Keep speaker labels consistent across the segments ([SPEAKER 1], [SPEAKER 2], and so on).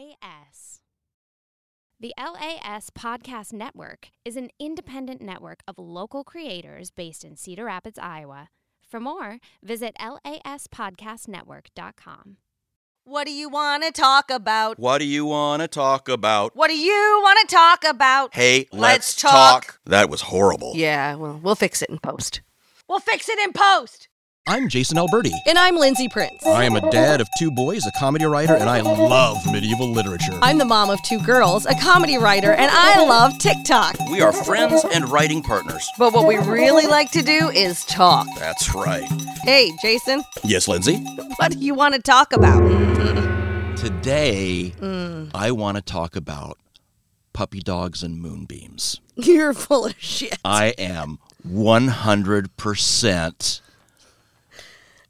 [SPEAKER 1] LAS. The LAS Podcast Network is an independent network of local creators based in Cedar Rapids, Iowa. For more, visit laspodcastnetwork.com.
[SPEAKER 2] What do you want to talk about?
[SPEAKER 3] What do you want to talk about?
[SPEAKER 2] What do you want to talk about?
[SPEAKER 3] Hey,
[SPEAKER 2] Let's
[SPEAKER 3] let's,
[SPEAKER 2] talk.
[SPEAKER 3] talk. That was horrible.
[SPEAKER 2] Yeah, well, we'll fix it in post. We'll fix it in post.
[SPEAKER 4] I'm Jason Alberti.
[SPEAKER 2] And I'm Lindsay Prince.
[SPEAKER 4] I am a dad of two boys, a comedy writer, and I love medieval literature.
[SPEAKER 2] I'm the mom of two girls, a comedy writer, and I love TikTok.
[SPEAKER 3] We are friends and writing partners.
[SPEAKER 2] But what we really like to do is talk.
[SPEAKER 3] That's right.
[SPEAKER 2] Hey, Jason,
[SPEAKER 3] Yes, Lindsay?
[SPEAKER 2] what do you want to talk about?
[SPEAKER 4] Today,
[SPEAKER 2] Mm.
[SPEAKER 4] I want to talk about puppy dogs and moonbeams.
[SPEAKER 2] You're full of shit.
[SPEAKER 4] I am
[SPEAKER 2] Mm.
[SPEAKER 4] 100%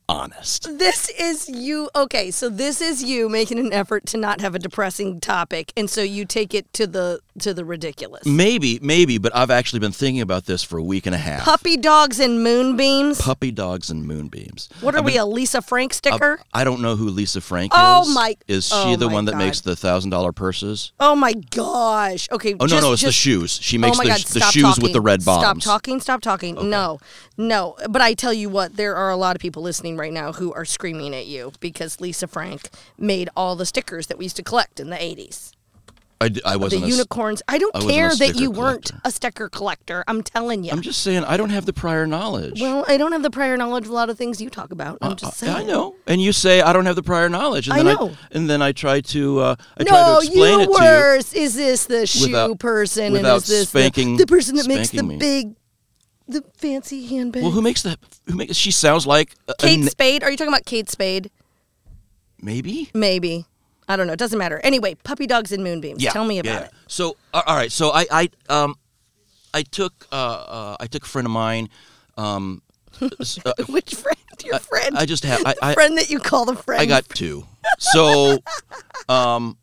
[SPEAKER 4] honest.
[SPEAKER 5] This is you. Okay, so this is you making an effort to not have a depressing topic, and so you take it to the to the ridiculous.
[SPEAKER 4] Maybe, maybe, but I've actually been thinking about this for a week and a half.
[SPEAKER 5] Puppy dogs and moonbeams.
[SPEAKER 4] Puppy dogs and moonbeams. Uh,
[SPEAKER 5] what are we, a Lisa Frank sticker?
[SPEAKER 4] I don't know who Lisa Frank
[SPEAKER 5] Oh,
[SPEAKER 4] is.
[SPEAKER 5] my-
[SPEAKER 4] Is she
[SPEAKER 5] oh,
[SPEAKER 4] the
[SPEAKER 5] my
[SPEAKER 4] one that
[SPEAKER 5] God.
[SPEAKER 4] makes the $1,000 purses?
[SPEAKER 5] oh my gosh. Okay.
[SPEAKER 4] Oh,
[SPEAKER 5] just-
[SPEAKER 4] no, no, it's the
[SPEAKER 5] just-
[SPEAKER 4] shoes. She makes
[SPEAKER 5] oh my
[SPEAKER 4] the,
[SPEAKER 5] God,
[SPEAKER 4] the
[SPEAKER 5] stop
[SPEAKER 4] shoes with the
[SPEAKER 5] talking.
[SPEAKER 4] red bottoms.
[SPEAKER 5] Stop talking. Stop talking. No, no. But I tell you what, there are a lot of people listening right now who are screaming at you because Lisa Frank made all the stickers that we used to collect in the 80s.
[SPEAKER 4] I, d- I
[SPEAKER 5] the
[SPEAKER 4] wasn't. a s-
[SPEAKER 5] unicorns. I don't
[SPEAKER 4] I wasn't a
[SPEAKER 5] care that
[SPEAKER 4] sticker
[SPEAKER 5] you weren't
[SPEAKER 4] collector.
[SPEAKER 5] a sticker collector. I'm telling you.
[SPEAKER 4] I'm just saying I don't have the prior knowledge.
[SPEAKER 5] well, I don't have the prior knowledge of a lot of things you talk about. I'm just saying.
[SPEAKER 4] Uh, I know, and you say I don't have the prior knowledge, and
[SPEAKER 5] I
[SPEAKER 4] then
[SPEAKER 5] know.
[SPEAKER 4] I and then I try to uh, I try to
[SPEAKER 5] No,
[SPEAKER 4] explain
[SPEAKER 5] you
[SPEAKER 4] it to
[SPEAKER 5] worse. Is this the shoe
[SPEAKER 4] Without-
[SPEAKER 5] person? And
[SPEAKER 4] without
[SPEAKER 5] is this
[SPEAKER 4] spanking-
[SPEAKER 5] the, the person that makes the
[SPEAKER 4] spanking me.
[SPEAKER 5] big, the fancy handbag?
[SPEAKER 4] you. Well, who makes that? Who makes? She sounds like a, a
[SPEAKER 5] Kate
[SPEAKER 4] ne-
[SPEAKER 5] Spade? Are you talking about Kate Spade?
[SPEAKER 4] maybe.
[SPEAKER 5] Maybe. I don't know. It doesn't matter. Anyway, puppy dogs and moonbeams.
[SPEAKER 4] Yeah.
[SPEAKER 5] Tell me about
[SPEAKER 4] yeah.
[SPEAKER 5] it.
[SPEAKER 4] So a- all right, so I I um I took uh, uh I took a friend of mine. Um, s- uh,
[SPEAKER 5] Which friend? Your friend?
[SPEAKER 4] I just have I, I
[SPEAKER 5] friend that you call the friend.
[SPEAKER 4] I got two. So, um,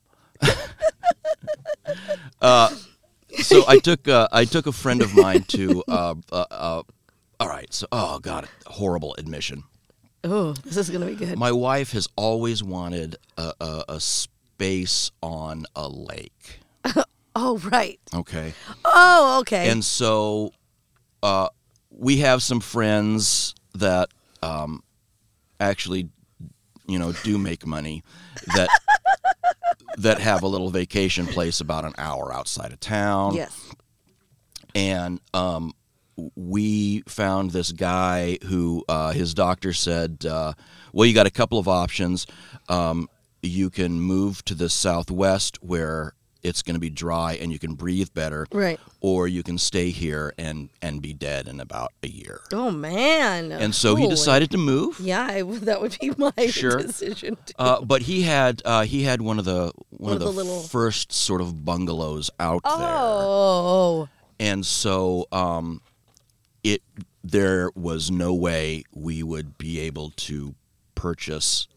[SPEAKER 4] uh, so I took uh, I took a friend of mine to. Uh, uh, uh, all right. So, oh god, horrible admission.
[SPEAKER 5] Oh, this is gonna be good.
[SPEAKER 4] My wife has always wanted a, a, a space on a lake.
[SPEAKER 5] Oh, right.
[SPEAKER 4] Okay.
[SPEAKER 5] Oh, okay.
[SPEAKER 4] And so uh, we have some friends that um, actually, you know, do make money that that have a little vacation place about an hour outside of town.
[SPEAKER 5] yes.
[SPEAKER 4] And um, we found this guy who uh, his doctor said, uh, well, you got a couple of options. Um, you can move to the southwest where it's going to be dry and you can breathe better
[SPEAKER 5] Right.
[SPEAKER 4] or you can stay here and and be dead in about a year.
[SPEAKER 5] Oh man!
[SPEAKER 4] And so he
[SPEAKER 5] Holy-
[SPEAKER 4] decided to move.
[SPEAKER 5] Yeah, I, that would be my
[SPEAKER 4] Sure.
[SPEAKER 5] decision. Too.
[SPEAKER 4] Uh, but he had uh, he had one of the one, of the,
[SPEAKER 5] of the little-
[SPEAKER 4] first sort of bungalows out
[SPEAKER 5] oh,
[SPEAKER 4] there, and so um, it there was no way we would be able to purchase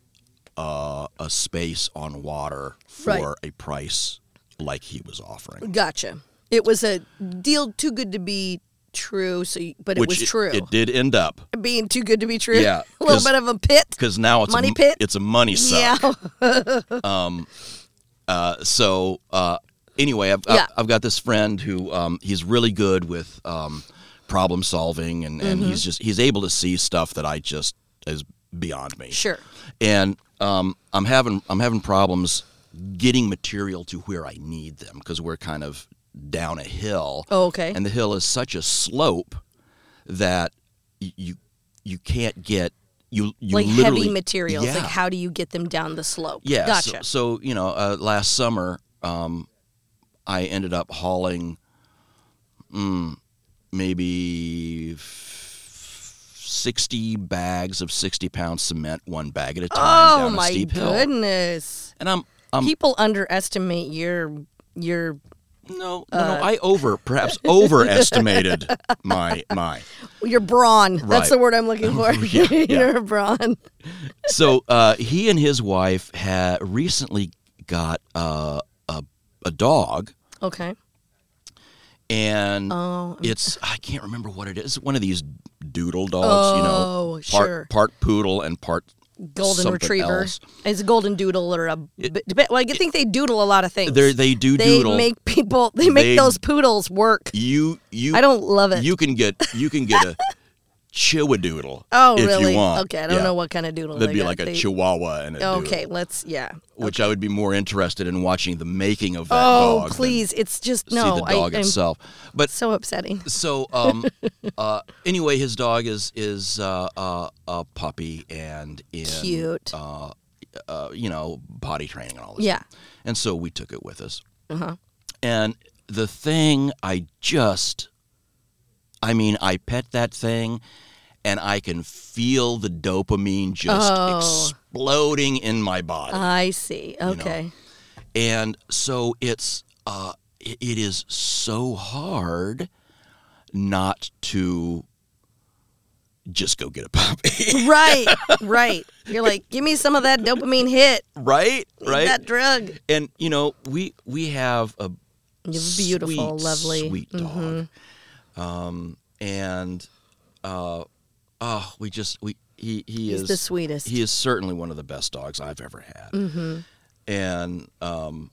[SPEAKER 4] uh, a space on water for
[SPEAKER 5] Right.
[SPEAKER 4] a price like he was offering,
[SPEAKER 5] gotcha. It was a deal too good to be true. So, you, but it was true.
[SPEAKER 4] it did end up
[SPEAKER 5] Being too good to be true.
[SPEAKER 4] Yeah,
[SPEAKER 5] a little
[SPEAKER 4] 'cause-
[SPEAKER 5] bit of a pit.
[SPEAKER 4] because now it's
[SPEAKER 5] Money
[SPEAKER 4] a, m-
[SPEAKER 5] pit?
[SPEAKER 4] It's a money suck.
[SPEAKER 5] Yeah.
[SPEAKER 4] Uh, so uh, anyway, I've,
[SPEAKER 5] Yeah.
[SPEAKER 4] I've, I've got this friend who um, he's really good with um, problem solving, and,
[SPEAKER 5] Mm-hmm.
[SPEAKER 4] and he's just he's able to see stuff that I just is beyond me.
[SPEAKER 5] Sure.
[SPEAKER 4] And um, I'm having I'm having problems getting material to where I need them because we're kind of down a hill.
[SPEAKER 5] Oh, okay.
[SPEAKER 4] And the hill is such a slope that y- you you can't get you you
[SPEAKER 5] like
[SPEAKER 4] literally,
[SPEAKER 5] heavy materials.
[SPEAKER 4] Yeah.
[SPEAKER 5] Like how do you get them down the slope?
[SPEAKER 4] Yeah. so-
[SPEAKER 5] Gotcha.
[SPEAKER 4] So, you know, uh, last summer, um, I ended up hauling mm, maybe f- sixty bags of sixty-pound cement, one bag at a time,
[SPEAKER 5] oh
[SPEAKER 4] down a
[SPEAKER 5] my
[SPEAKER 4] steep hill. Um,
[SPEAKER 5] goodness!
[SPEAKER 4] And I'm, I'm
[SPEAKER 5] People underestimate your your.
[SPEAKER 4] no, no,
[SPEAKER 5] uh,
[SPEAKER 4] no. I over, perhaps overestimated my my.
[SPEAKER 5] Your brawn.
[SPEAKER 4] Right.
[SPEAKER 5] That's the word I'm looking for.
[SPEAKER 4] Yeah, yeah.
[SPEAKER 5] your brawn.
[SPEAKER 4] So uh, he and his wife had recently got uh, a a dog,
[SPEAKER 5] Okay.
[SPEAKER 4] and
[SPEAKER 5] Oh,
[SPEAKER 4] It's I can't remember what it is. One of these doodle dogs, you know,
[SPEAKER 5] Oh,
[SPEAKER 4] part
[SPEAKER 5] sure.
[SPEAKER 4] part poodle and part
[SPEAKER 5] golden
[SPEAKER 4] something
[SPEAKER 5] retriever.
[SPEAKER 4] else.
[SPEAKER 5] It's a golden doodle or a. b- dep- well, I think they doodle a lot of things.
[SPEAKER 4] They're- they do
[SPEAKER 5] They
[SPEAKER 4] doodle.
[SPEAKER 5] make people. They make
[SPEAKER 4] They-
[SPEAKER 5] those poodles work.
[SPEAKER 4] You you
[SPEAKER 5] I don't love it.
[SPEAKER 4] You can get you can get a chihuadoodle.
[SPEAKER 5] oh,
[SPEAKER 4] if
[SPEAKER 5] really?
[SPEAKER 4] You want.
[SPEAKER 5] Okay, I don't
[SPEAKER 4] Yeah.
[SPEAKER 5] know what kind of doodle.
[SPEAKER 4] That'd
[SPEAKER 5] they
[SPEAKER 4] be
[SPEAKER 5] got.
[SPEAKER 4] like a
[SPEAKER 5] They-
[SPEAKER 4] chihuahua and a doodle,
[SPEAKER 5] Okay, let's. Yeah.
[SPEAKER 4] which I would be more interested in watching the making of that
[SPEAKER 5] Oh,
[SPEAKER 4] dog. than
[SPEAKER 5] please! It's just
[SPEAKER 4] See
[SPEAKER 5] no.
[SPEAKER 4] the dog
[SPEAKER 5] I, I'm
[SPEAKER 4] itself. But
[SPEAKER 5] so upsetting.
[SPEAKER 4] so um uh anyway his dog is is uh, uh a puppy and in
[SPEAKER 5] Cute.
[SPEAKER 4] uh, uh you know body training and all this
[SPEAKER 5] Yeah. Uh-huh.
[SPEAKER 4] and so we took it with us and the thing i just i mean i pet that thing and i can feel the dopamine just
[SPEAKER 5] Oh. Uh-huh.
[SPEAKER 4] exploding in my body
[SPEAKER 5] I see. Okay.
[SPEAKER 4] and so it's uh i- it is so hard not to just go get a puppy
[SPEAKER 5] Right. Right. You're like, give me some of that dopamine hit.
[SPEAKER 4] right right
[SPEAKER 5] That drug.
[SPEAKER 4] and you know we we have a
[SPEAKER 5] You're beautiful,
[SPEAKER 4] sweet,
[SPEAKER 5] lovely. Mm. Mm-hmm.
[SPEAKER 4] sweet dog um and uh oh we just we he he
[SPEAKER 5] He's
[SPEAKER 4] is
[SPEAKER 5] the sweetest.
[SPEAKER 4] he is certainly one of the best dogs I've ever had.
[SPEAKER 5] Mm-hmm.
[SPEAKER 4] And um,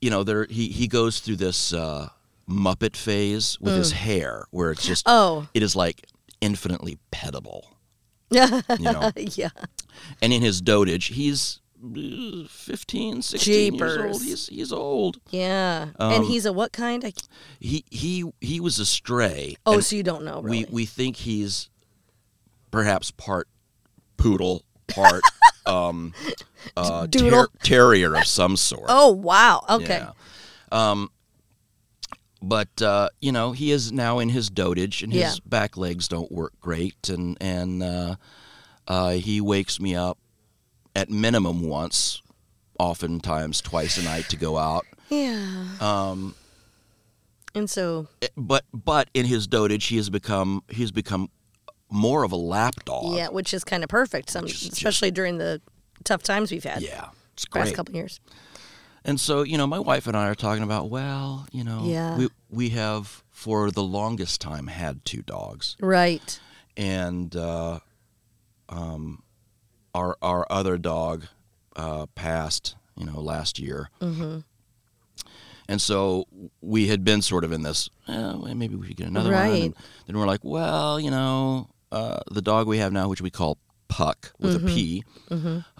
[SPEAKER 4] you know, there he he goes through this uh, Muppet phase with
[SPEAKER 5] Mm.
[SPEAKER 4] his hair, where it's just
[SPEAKER 5] Oh.
[SPEAKER 4] it is like infinitely petable,
[SPEAKER 5] yeah.
[SPEAKER 4] you know. and in his dotage, he's uh, 15, 16 years old.
[SPEAKER 5] Jeepers.
[SPEAKER 4] He's he's old.
[SPEAKER 5] Yeah.
[SPEAKER 4] Um,
[SPEAKER 5] and he's a what kind? I,
[SPEAKER 4] He he he was a stray.
[SPEAKER 5] oh,
[SPEAKER 4] and
[SPEAKER 5] so you don't know,
[SPEAKER 4] we
[SPEAKER 5] really.
[SPEAKER 4] we think he's perhaps part poodle, part um, uh,
[SPEAKER 5] Doodle.
[SPEAKER 4] terrier of some sort.
[SPEAKER 5] oh, wow. Okay.
[SPEAKER 4] Yeah. Um, but uh, you know, he is now in his dotage, and his
[SPEAKER 5] Yeah.
[SPEAKER 4] back legs don't work great, and and uh, uh, he wakes me up at minimum once, oftentimes twice a night to go out.
[SPEAKER 5] Yeah.
[SPEAKER 4] Um,
[SPEAKER 5] And so,
[SPEAKER 4] Eh, but but in his dotage, he has become he has become more of a lapdog.
[SPEAKER 5] yeah, which is kind of perfect, some,
[SPEAKER 4] is just-
[SPEAKER 5] especially during the tough times we've had
[SPEAKER 4] Yeah, it's
[SPEAKER 5] the past
[SPEAKER 4] great.
[SPEAKER 5] couple years.
[SPEAKER 4] And so, you know, my wife and I are talking about, well, you know,
[SPEAKER 5] Yeah.
[SPEAKER 4] we we have for the longest time had two dogs,
[SPEAKER 5] Right.
[SPEAKER 4] and uh, um, our our other dog uh, passed, you know, last year, mm-hmm. and so we had been sort of in this, eh, well, maybe we should get another one.
[SPEAKER 5] Right.
[SPEAKER 4] And then we're like, well, you know, uh, the dog we have now, which we call Puck with
[SPEAKER 5] Mm-hmm.
[SPEAKER 4] a P,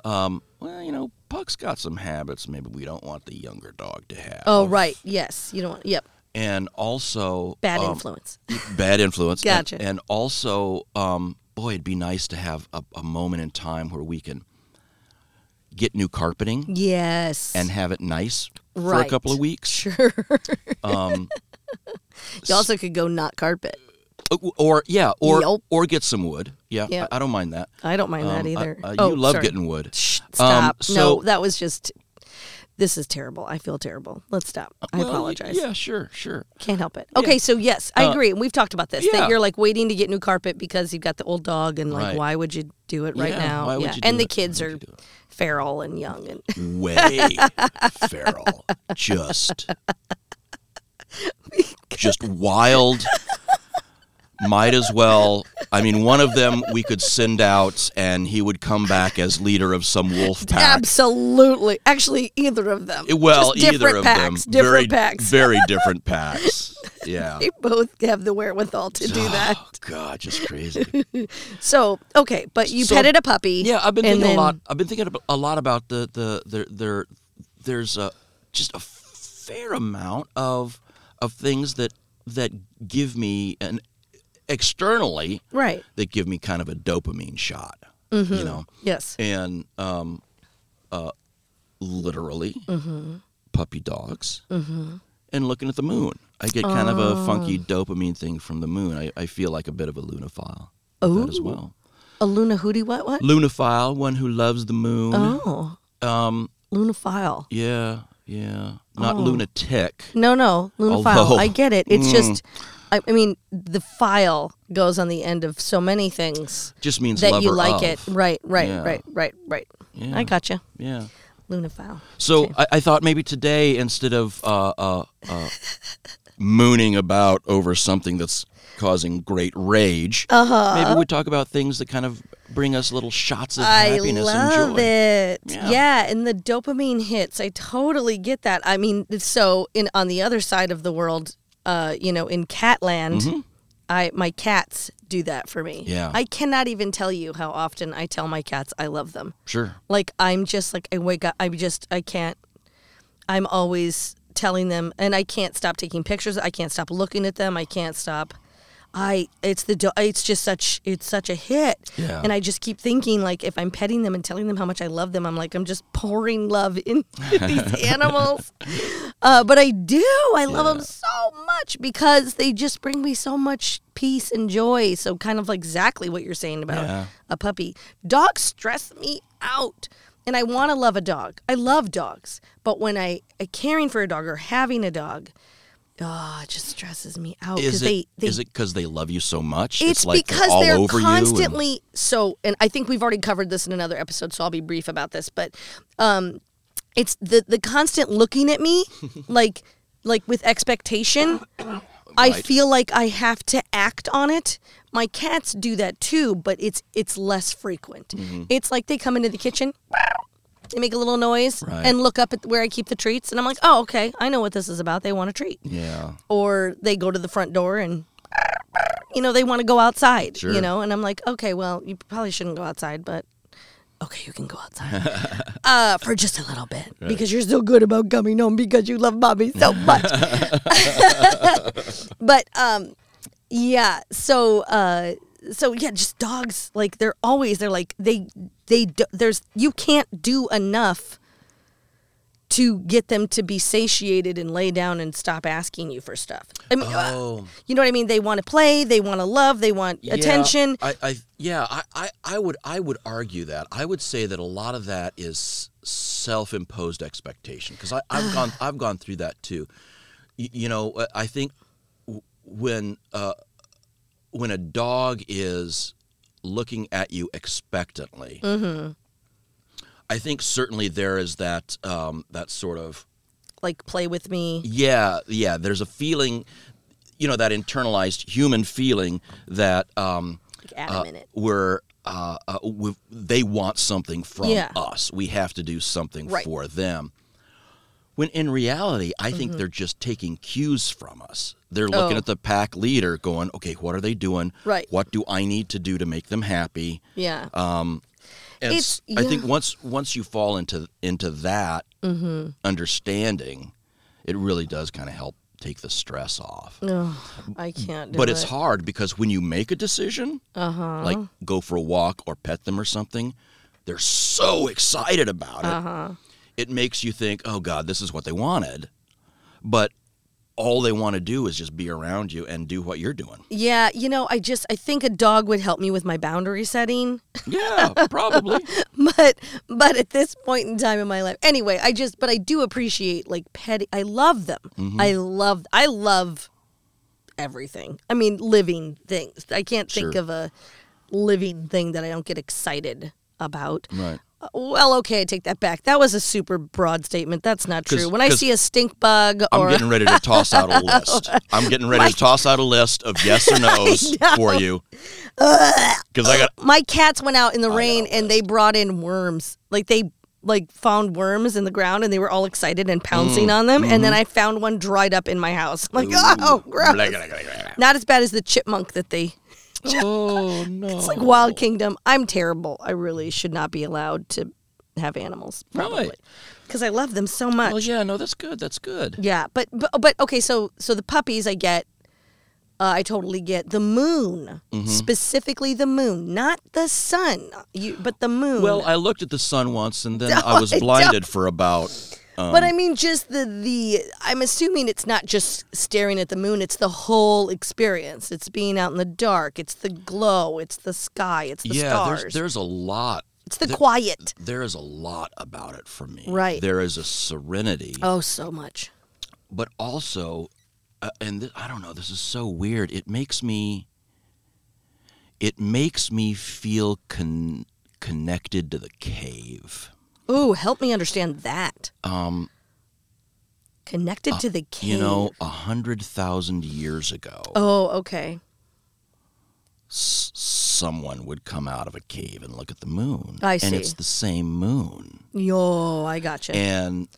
[SPEAKER 4] um, well, you know, Puck's got some habits maybe we don't want the younger dog to have.
[SPEAKER 5] Oh, right. Yes. You don't want, yep.
[SPEAKER 4] And also
[SPEAKER 5] Bad
[SPEAKER 4] um,
[SPEAKER 5] influence.
[SPEAKER 4] Bad influence. And-
[SPEAKER 5] Gotcha.
[SPEAKER 4] And, also, um, boy, it'd be nice to have a, a moment in time where we can get new carpeting
[SPEAKER 5] Yes.
[SPEAKER 4] and have it nice for a
[SPEAKER 5] Right.
[SPEAKER 4] couple of weeks.
[SPEAKER 5] sure.
[SPEAKER 4] Um,
[SPEAKER 5] you also could go not carpet.
[SPEAKER 4] or, yeah, or,
[SPEAKER 5] Yep.
[SPEAKER 4] or get some wood. Yeah,
[SPEAKER 5] Yep.
[SPEAKER 4] I, I don't mind that.
[SPEAKER 5] I don't mind that
[SPEAKER 4] Um, I-
[SPEAKER 5] either.
[SPEAKER 4] I-
[SPEAKER 5] oh,
[SPEAKER 4] you love
[SPEAKER 5] sorry.
[SPEAKER 4] getting wood.
[SPEAKER 5] Shh, stop.
[SPEAKER 4] so-
[SPEAKER 5] no, that was just. This is terrible. I feel terrible. Let's stop. I
[SPEAKER 4] Well, y-
[SPEAKER 5] apologize.
[SPEAKER 4] Yeah, sure, sure.
[SPEAKER 5] Can't help it. Okay, so yes, I agree. And we've talked about this
[SPEAKER 4] Uh, yeah.
[SPEAKER 5] that you're like waiting to get new carpet because you've got the old dog, and like,
[SPEAKER 4] Right.
[SPEAKER 5] why would you do it right
[SPEAKER 4] Yeah,
[SPEAKER 5] now?
[SPEAKER 4] why would
[SPEAKER 5] yeah,
[SPEAKER 4] you do
[SPEAKER 5] and the
[SPEAKER 4] it?
[SPEAKER 5] kids
[SPEAKER 4] Why would
[SPEAKER 5] are
[SPEAKER 4] you do
[SPEAKER 5] feral and young, and
[SPEAKER 4] way feral, just just wild. Might as well. I mean, one of them we could send out, and he would come back as leader of some wolf pack.
[SPEAKER 5] absolutely, actually, either of them.
[SPEAKER 4] Well,
[SPEAKER 5] Just different
[SPEAKER 4] either of
[SPEAKER 5] packs,
[SPEAKER 4] them,
[SPEAKER 5] different
[SPEAKER 4] very,
[SPEAKER 5] packs.
[SPEAKER 4] very different packs. Yeah.
[SPEAKER 5] they both have the wherewithal to do that.
[SPEAKER 4] Oh, God, just crazy.
[SPEAKER 5] So okay, but you
[SPEAKER 4] So-
[SPEAKER 5] petted a puppy.
[SPEAKER 4] Yeah, I've been
[SPEAKER 5] and
[SPEAKER 4] thinking
[SPEAKER 5] then-
[SPEAKER 4] a lot. I've been thinking ab- a lot about the the there there there's a just a fair amount of of things that that give me an externally
[SPEAKER 5] Right.
[SPEAKER 4] that give me kind of a dopamine shot.
[SPEAKER 5] Mm-hmm.
[SPEAKER 4] You know,
[SPEAKER 5] Yes.
[SPEAKER 4] and um, uh, literally
[SPEAKER 5] Mm-hmm.
[SPEAKER 4] puppy dogs and looking at the moon. I get kind of a funky
[SPEAKER 5] Oh.
[SPEAKER 4] dopamine thing from the moon. I, I feel like a bit of a lunophile. with That as well.
[SPEAKER 5] A Luna Hootie. What? What?
[SPEAKER 4] Lunophile, one who loves the moon.
[SPEAKER 5] Oh,
[SPEAKER 4] Um,
[SPEAKER 5] lunophile.
[SPEAKER 4] yeah, yeah. Not
[SPEAKER 5] Oh.
[SPEAKER 4] lunatic.
[SPEAKER 5] No, no, lunophile.
[SPEAKER 4] Although-
[SPEAKER 5] I get it.
[SPEAKER 4] Mm.
[SPEAKER 5] It's just, I, I mean, the file goes on the end of so many things
[SPEAKER 4] Just means
[SPEAKER 5] that
[SPEAKER 4] lover
[SPEAKER 5] you like
[SPEAKER 4] of.
[SPEAKER 5] it. Right, right,
[SPEAKER 4] Yeah.
[SPEAKER 5] right, right, right.
[SPEAKER 4] Yeah.
[SPEAKER 5] I gotcha.
[SPEAKER 4] Yeah.
[SPEAKER 5] Lunophile.
[SPEAKER 4] So I, I thought maybe today instead of uh, uh, uh, mooning
[SPEAKER 5] Uh-huh.
[SPEAKER 4] about over something that's causing great rage, maybe we talk about things that kind of bring us little shots of
[SPEAKER 5] I
[SPEAKER 4] happiness
[SPEAKER 5] love
[SPEAKER 4] and joy.
[SPEAKER 5] it.
[SPEAKER 4] Yeah.
[SPEAKER 5] Yeah. and the dopamine hits. I totally get that. I mean, so in on the other side of the world, uh, you know, in Catland, I my cats do that for me.
[SPEAKER 4] Mm-hmm. Yeah.
[SPEAKER 5] I cannot even tell you how often I tell my cats I love them.
[SPEAKER 4] Sure.
[SPEAKER 5] Like I'm just like I wake up. I'm just I can't. I'm always telling them, and I can't stop taking pictures. I can't stop looking at them. I can't stop. I it's the do- it's just such it's such a hit,
[SPEAKER 4] Yeah.
[SPEAKER 5] and I just keep thinking like if I'm petting them and telling them how much I love them, I'm like I'm just pouring love into these animals. Uh, but I do I love them so much because they just bring me so much peace and joy. So kind of like exactly what you're saying about
[SPEAKER 4] Yeah.
[SPEAKER 5] a puppy. Dogs stress me out. And I want to love a dog. I love dogs. But when I, I caring for a dog or having a dog, oh, it just stresses me out.
[SPEAKER 4] Is
[SPEAKER 5] because
[SPEAKER 4] it?
[SPEAKER 5] they, they
[SPEAKER 4] is it because they love you so much?
[SPEAKER 5] it's
[SPEAKER 4] like
[SPEAKER 5] because
[SPEAKER 4] all
[SPEAKER 5] they're
[SPEAKER 4] over you and-
[SPEAKER 5] constantly so and i think we've already covered this in another episode so i'll be brief about this but um it's the the constant looking at me like like with expectation i feel like i have to act on it my cats do that too but it's it's less frequent
[SPEAKER 4] Mm-hmm.
[SPEAKER 5] it's like they come into the kitchen they make a little noise
[SPEAKER 4] Right.
[SPEAKER 5] and look up at where i keep the treats and i'm like oh okay i know what this is about they want a treat
[SPEAKER 4] yeah.
[SPEAKER 5] or they go to the front door and you know they want to go outside
[SPEAKER 4] Sure.
[SPEAKER 5] you know and i'm like okay well you probably shouldn't go outside but okay you can go outside uh, for just a little bit because you're so good about coming home because you love mommy so much but um yeah so uh so yeah just dogs like they're always they're like they they do, there's you can't do enough to get them to be satiated and lay down and stop asking you for stuff. I mean, uh,
[SPEAKER 4] Oh.
[SPEAKER 5] you know what I mean? They want to play, they want to love, they want attention.
[SPEAKER 4] I, I yeah, I, I, I would I would argue that. I would say that a lot of that is self imposed expectation because I've gone I've gone through that too. Y- you know, uh, I think w- when uh, when a dog is looking at you expectantly, I think certainly there is that um, that sort of
[SPEAKER 5] Like play with me.
[SPEAKER 4] yeah, yeah. There's a feeling, you know, that internalized human feeling that. Um,
[SPEAKER 5] Like adamant it.
[SPEAKER 4] where uh, uh, we, they want something from
[SPEAKER 5] Yeah.
[SPEAKER 4] us. We have to do something
[SPEAKER 5] Right.
[SPEAKER 4] for them. When in reality, I think they're just taking cues from us. They're looking
[SPEAKER 5] Mm-hmm. Oh.
[SPEAKER 4] at the pack leader, going, "Okay, what are they doing?
[SPEAKER 5] Right.
[SPEAKER 4] What do I need to do to make them happy?"
[SPEAKER 5] Yeah.
[SPEAKER 4] uh, And
[SPEAKER 5] It's-
[SPEAKER 4] s- I think
[SPEAKER 5] yeah.
[SPEAKER 4] once once you fall into into that
[SPEAKER 5] Mm-hmm.
[SPEAKER 4] understanding, it really does kind of help take the stress off.
[SPEAKER 5] Ugh, I can't do
[SPEAKER 4] But
[SPEAKER 5] it.
[SPEAKER 4] it's hard because when you make a decision,
[SPEAKER 5] Uh-huh.
[SPEAKER 4] like go for a walk or pet them or something, they're so excited about it.
[SPEAKER 5] Uh. Uh-huh.
[SPEAKER 4] It makes you think, oh God, this is what they wanted. But all they want to do is just be around you and do what you're doing.
[SPEAKER 5] Yeah, you know, I just I think a dog would help me with my boundary setting.
[SPEAKER 4] Yeah, probably.
[SPEAKER 5] but but at this point in time in my life anyway i just but i do appreciate like petty i love them
[SPEAKER 4] Mm-hmm.
[SPEAKER 5] i love i love everything i mean living things i can't think
[SPEAKER 4] Sure.
[SPEAKER 5] of a living thing that i don't get excited about
[SPEAKER 4] Right.
[SPEAKER 5] Uh, well okay i take that back that was a super broad statement that's not
[SPEAKER 4] 'Cause-
[SPEAKER 5] true when i
[SPEAKER 4] 'cause
[SPEAKER 5] see a stink bug
[SPEAKER 4] I'm
[SPEAKER 5] or
[SPEAKER 4] getting ready to toss out a list. I'm getting ready to toss out a list of yes or no's for you. Because I got
[SPEAKER 5] my cats went out in the rain and they brought in worms. Like they like found worms in the ground and they were all excited and pouncing
[SPEAKER 4] Mm.
[SPEAKER 5] on them. And
[SPEAKER 4] Mm-hmm.
[SPEAKER 5] then I found one dried up in my house. I'm like, oh, gross.
[SPEAKER 4] Blah, blah, blah, blah, blah.
[SPEAKER 5] Not as bad as the chipmunk that they.
[SPEAKER 4] Oh no!
[SPEAKER 5] It's like Wild Kingdom. I'm terrible. I really should not be allowed to have animals, probably,
[SPEAKER 4] Right.
[SPEAKER 5] because I love them so much.
[SPEAKER 4] Well, yeah, no, that's good. That's good.
[SPEAKER 5] Yeah, but, but but okay, so so the puppies I get, uh, I totally get the moon,
[SPEAKER 4] Mm-hmm.
[SPEAKER 5] specifically the moon, not the sun, you but the moon.
[SPEAKER 4] Well, I looked at the sun once, and then I was
[SPEAKER 5] I don't.
[SPEAKER 4] blinded for about
[SPEAKER 5] but I mean, just the the. I'm assuming it's not just staring at the moon; it's the whole experience. It's being out in the dark. It's the glow. It's the sky. It's the
[SPEAKER 4] yeah,
[SPEAKER 5] stars.
[SPEAKER 4] there's there's a lot.
[SPEAKER 5] it's the quiet.
[SPEAKER 4] There is a lot about it for me.
[SPEAKER 5] Right.
[SPEAKER 4] There is a serenity,
[SPEAKER 5] Oh, so much.
[SPEAKER 4] but also, uh, and th- I don't know. This is so weird. It makes me. It makes me feel con- connected to the cave.
[SPEAKER 5] Ooh, help me understand that.
[SPEAKER 4] Um,
[SPEAKER 5] Connected to the cave.
[SPEAKER 4] Uh, you know, a hundred thousand years ago,
[SPEAKER 5] Oh, okay.
[SPEAKER 4] s- someone would come out of a cave and look at the moon.
[SPEAKER 5] I
[SPEAKER 4] And
[SPEAKER 5] see.
[SPEAKER 4] it's the same moon.
[SPEAKER 5] Yo, I gotcha.
[SPEAKER 4] And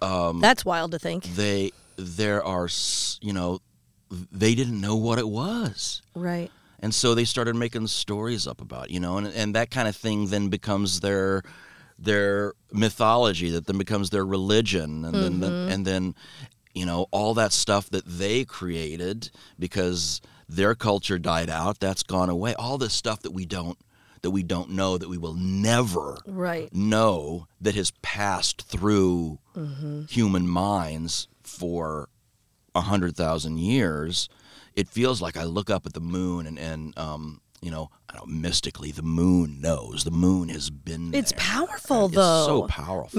[SPEAKER 4] um,
[SPEAKER 5] That's wild to think.
[SPEAKER 4] they there are s- you know they didn't know what it was.
[SPEAKER 5] Right.
[SPEAKER 4] And so they started making stories up about, it, you know, and, and that kind of thing then becomes their their mythology that then becomes their religion and then and then you know all that stuff that they created because their culture died out that's gone away all this stuff that we don't that we don't know that we will never
[SPEAKER 5] Right.
[SPEAKER 4] know that has passed through human minds for a hundred thousand years, it feels like I look up at the moon and, and um, you know, I don't, mystically the moon knows. The moon has been.
[SPEAKER 5] It's
[SPEAKER 4] there.
[SPEAKER 5] powerful
[SPEAKER 4] Mm, It's
[SPEAKER 5] though.
[SPEAKER 4] so powerful.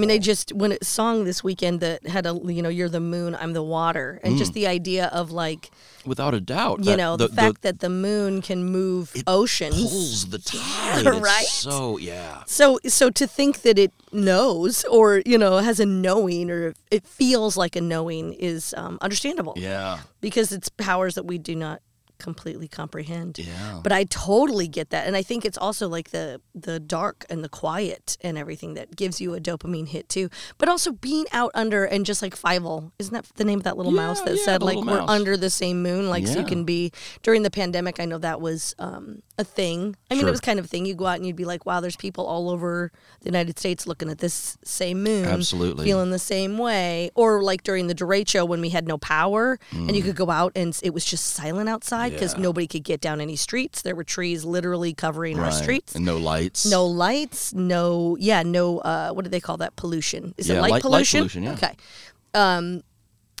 [SPEAKER 5] I mean, I just when it song this weekend that had a you know, you're the moon, I'm the water, and
[SPEAKER 4] Mm.
[SPEAKER 5] just the idea of like
[SPEAKER 4] without a doubt,
[SPEAKER 5] you
[SPEAKER 4] that-
[SPEAKER 5] know the, fact that the moon can move oceans.
[SPEAKER 4] pulls the tide, It's
[SPEAKER 5] right?
[SPEAKER 4] So yeah,
[SPEAKER 5] So so to think that it knows or you know has a knowing or it feels like a knowing is um, understandable.
[SPEAKER 4] yeah,
[SPEAKER 5] because it's powers that we do not completely comprehend.
[SPEAKER 4] Yeah.
[SPEAKER 5] But I totally get that, and I think it's also like the the dark and the quiet and everything that gives you a dopamine hit too. But also being out under and just like Fievel, isn't that the name of that little
[SPEAKER 4] Yeah,
[SPEAKER 5] mouse that
[SPEAKER 4] yeah,
[SPEAKER 5] said
[SPEAKER 4] the
[SPEAKER 5] like
[SPEAKER 4] little
[SPEAKER 5] we're
[SPEAKER 4] mouse.
[SPEAKER 5] under the same moon, like so you
[SPEAKER 4] Yeah.
[SPEAKER 5] can be during the pandemic. I know that was um, a thing. I mean, it
[SPEAKER 4] Sure.
[SPEAKER 5] was kind of a thing. You go out and you'd be like, wow, there's people all over the United States looking at this same moon,
[SPEAKER 4] Absolutely.
[SPEAKER 5] feeling in the same way or like during the derecho when we had no power and you could go out and s- it was just silent outside because
[SPEAKER 4] Mm. Yeah.
[SPEAKER 5] nobody could get down any streets there were trees literally covering our
[SPEAKER 4] right.
[SPEAKER 5] streets
[SPEAKER 4] and no lights,
[SPEAKER 5] no lights no yeah no uh, what do they call that pollution is it
[SPEAKER 4] Yeah,
[SPEAKER 5] light,
[SPEAKER 4] light- light
[SPEAKER 5] pollution
[SPEAKER 4] pollution, yeah.
[SPEAKER 5] okay um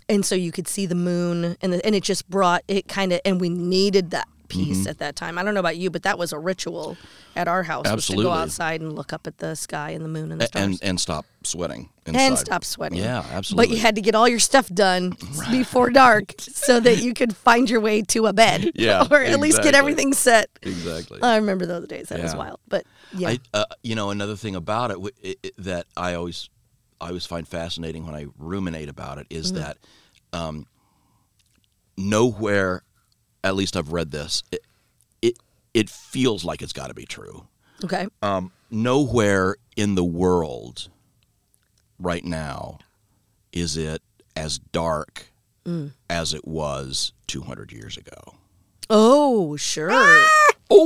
[SPEAKER 5] and so you could see the moon and the, and it just brought it kind of and we needed that piece
[SPEAKER 4] Mm-hmm.
[SPEAKER 5] at that time i don't know about you but that was a ritual at our house was to go
[SPEAKER 4] Absolutely.
[SPEAKER 5] outside and look up at the sky and the moon and the
[SPEAKER 4] A-
[SPEAKER 5] stars
[SPEAKER 4] and and stop sweating inside.
[SPEAKER 5] and stop sweating.
[SPEAKER 4] Yeah,
[SPEAKER 5] But
[SPEAKER 4] absolutely.
[SPEAKER 5] you had to get all your stuff done before dark so that you could find your way to a bed.
[SPEAKER 4] Yeah,
[SPEAKER 5] or at least get
[SPEAKER 4] exactly.
[SPEAKER 5] everything set.
[SPEAKER 4] Exactly.
[SPEAKER 5] I remember those days. That was
[SPEAKER 4] Yeah.
[SPEAKER 5] wild. But yeah.
[SPEAKER 4] I, uh, you know, another thing about it, w- i i that I always, I always find fascinating when I ruminate about it is that um, nowhere, at least I've read this, it it, it feels like it's got to be true.
[SPEAKER 5] okay.
[SPEAKER 4] Um, nowhere in the world right now is it as dark as it was 200 years ago.
[SPEAKER 5] Oh, sure.
[SPEAKER 4] Ah!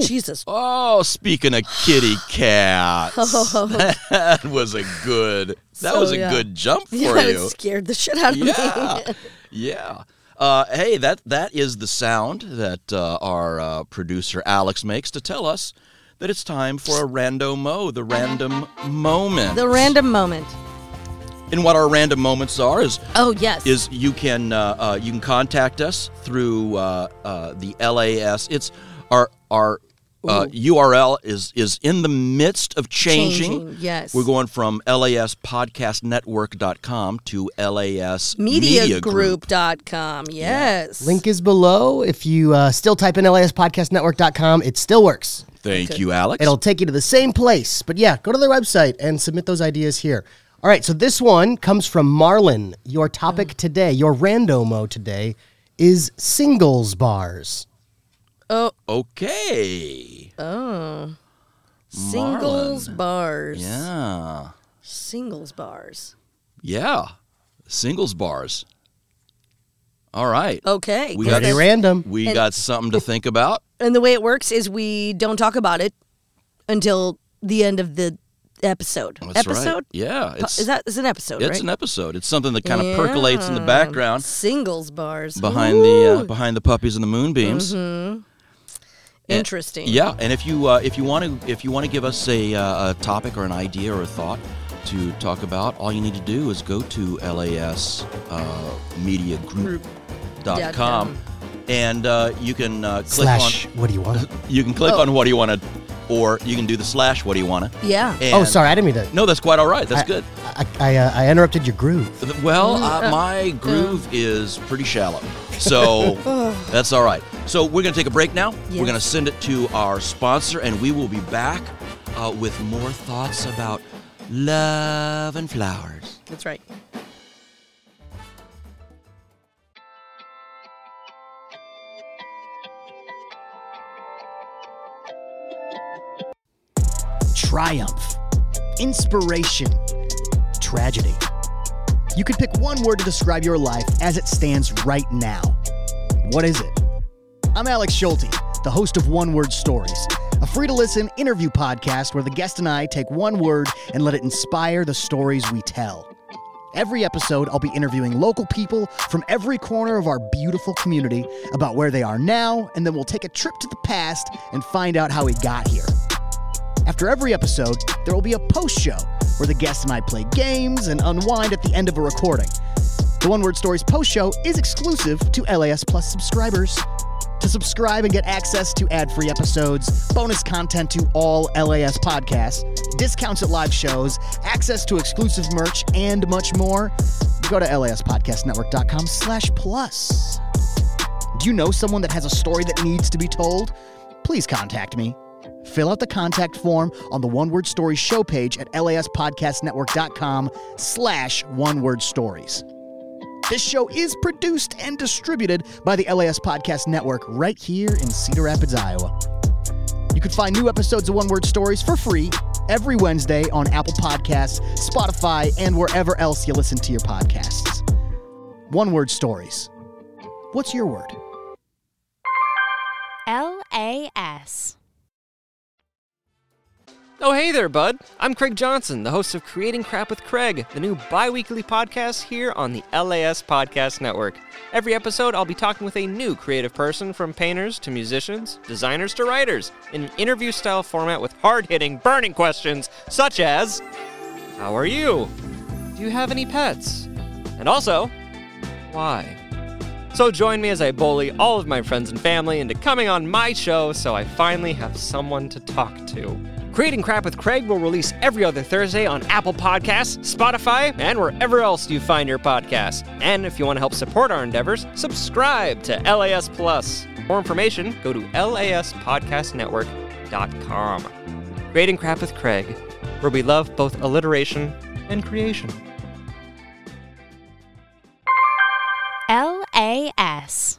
[SPEAKER 5] Jesus.
[SPEAKER 4] Oh, speaking of kitty cats, Oh, that was a good. That
[SPEAKER 5] So,
[SPEAKER 4] was a
[SPEAKER 5] yeah.
[SPEAKER 4] good jump for
[SPEAKER 5] Yeah, it
[SPEAKER 4] you.
[SPEAKER 5] scared the shit out of me.
[SPEAKER 4] Yeah, yeah. Uh, hey, that that is the sound that uh, our uh, producer Alex makes to tell us that it's time for a random mo, the random moment.
[SPEAKER 5] The random moment.
[SPEAKER 4] And what our random moments are is
[SPEAKER 5] Oh, yes.
[SPEAKER 4] is you can uh, uh, you can contact us through uh, uh, the LAS. It's our our uh, URL is is in the midst of changing.
[SPEAKER 5] Changing, yes.
[SPEAKER 4] we're going from laspodcastnetwork.com to las media group.
[SPEAKER 5] MediaGroup.com. Yes.
[SPEAKER 6] Link is below. If you uh, still type in laspodcastnetwork.com, it still works.
[SPEAKER 4] Thank you, Alex.
[SPEAKER 6] It'll take you to the same place. But yeah, go to their website and submit those ideas here. All right, so this one comes from Marlon. Your topic today, your randomo today, is singles bars.
[SPEAKER 5] Oh,
[SPEAKER 4] okay.
[SPEAKER 5] Singles bars.
[SPEAKER 4] Yeah.
[SPEAKER 5] Singles bars.
[SPEAKER 4] Yeah. Singles bars. All right.
[SPEAKER 5] Okay.
[SPEAKER 4] We
[SPEAKER 6] Pretty
[SPEAKER 4] That's-
[SPEAKER 6] random.
[SPEAKER 4] We got something to think about.
[SPEAKER 5] And the way it works is we don't talk about it until the end of the episode.
[SPEAKER 4] That's right.
[SPEAKER 5] episode?
[SPEAKER 4] Yeah. It's,
[SPEAKER 5] Is that is an episode,
[SPEAKER 4] It's
[SPEAKER 5] right?
[SPEAKER 4] an episode. It's something that kind of percolates in the background
[SPEAKER 5] Singles bars.
[SPEAKER 4] behind the uh, behind the puppies and the
[SPEAKER 5] Mm-hmm.
[SPEAKER 4] moonbeams.
[SPEAKER 5] Interesting.
[SPEAKER 4] Yeah, and if you uh, if you want to if you want to give us a, uh, a topic or an idea or a thought to talk about, all you need to do is go to las uh, media group dot com, and uh, you can uh, click
[SPEAKER 6] Slash,
[SPEAKER 4] on
[SPEAKER 6] what do you want?
[SPEAKER 4] you can click on what do you want to, or you can do the slash what do you want to.
[SPEAKER 5] Yeah.
[SPEAKER 6] oh, sorry, I didn't mean to.
[SPEAKER 4] No, that's quite all right. That's
[SPEAKER 6] I-
[SPEAKER 4] good.
[SPEAKER 6] I, I, uh, I interrupted your groove.
[SPEAKER 4] Th- Well, uh, Oh. my groove is pretty shallow, so that's all right. So we're going to take a break now. We're going to send it to our sponsor, and we will be back uh, with more thoughts about love and flowers.
[SPEAKER 5] That's right.
[SPEAKER 6] triumph, inspiration, tragedy. You could pick one word to describe your life as it stands right now. What is it? I'm Alex Schulte, the host of One Word Stories, a free to listen interview podcast where the guest and I take one word and let it inspire the stories we tell. Every episode, I'll be interviewing local people from every corner of our beautiful community about where they are now, and then we'll take a trip to the past and find out how we got here. After every episode, there will be a post show where the guest and I play games and unwind at the end of a recording. The One Word Stories post show is exclusive to LAS Plus subscribers. To subscribe and get access to ad free episodes, bonus content to all LAS podcasts, discounts at live shows, access to exclusive merch, and much more, go to laspodcastnetwork.com slash plus. Do you know someone that has a story that needs to be told? Please contact me. Fill out the contact form on the One Word Stories show page at laspodcastnetwork.com slash one word stories. This show is produced and distributed by the LAS Podcast Network right here in Cedar Rapids, Iowa. You can find new episodes of One Word Stories for free every Wednesday on Apple Podcasts, Spotify, and wherever else you listen to your podcasts. One Word Stories. What's your word?
[SPEAKER 1] LAS.
[SPEAKER 7] Oh, hey there, bud. I'm Craig Johnson, the host of Creating Crap with Craig, the new bi weekly podcast here on the LAS Podcast Network. Every episode, I'll be talking with a new creative person from painters to musicians, designers to writers, in an interview style format with hard hitting, burning questions such as How are you? Do you have any pets? And also, why? So join me as I bully all of my friends and family into coming on my show so I finally have someone to talk to. Creating Crap with Craig will release every other Thursday on Apple Podcasts, Spotify, and wherever else you find your podcasts. And if you want to help support our endeavors, subscribe to LAS Plus. For more information, go to laspodcastnetwork.com. Creating Crap with Craig, where we love both alliteration and creation.
[SPEAKER 1] LAS.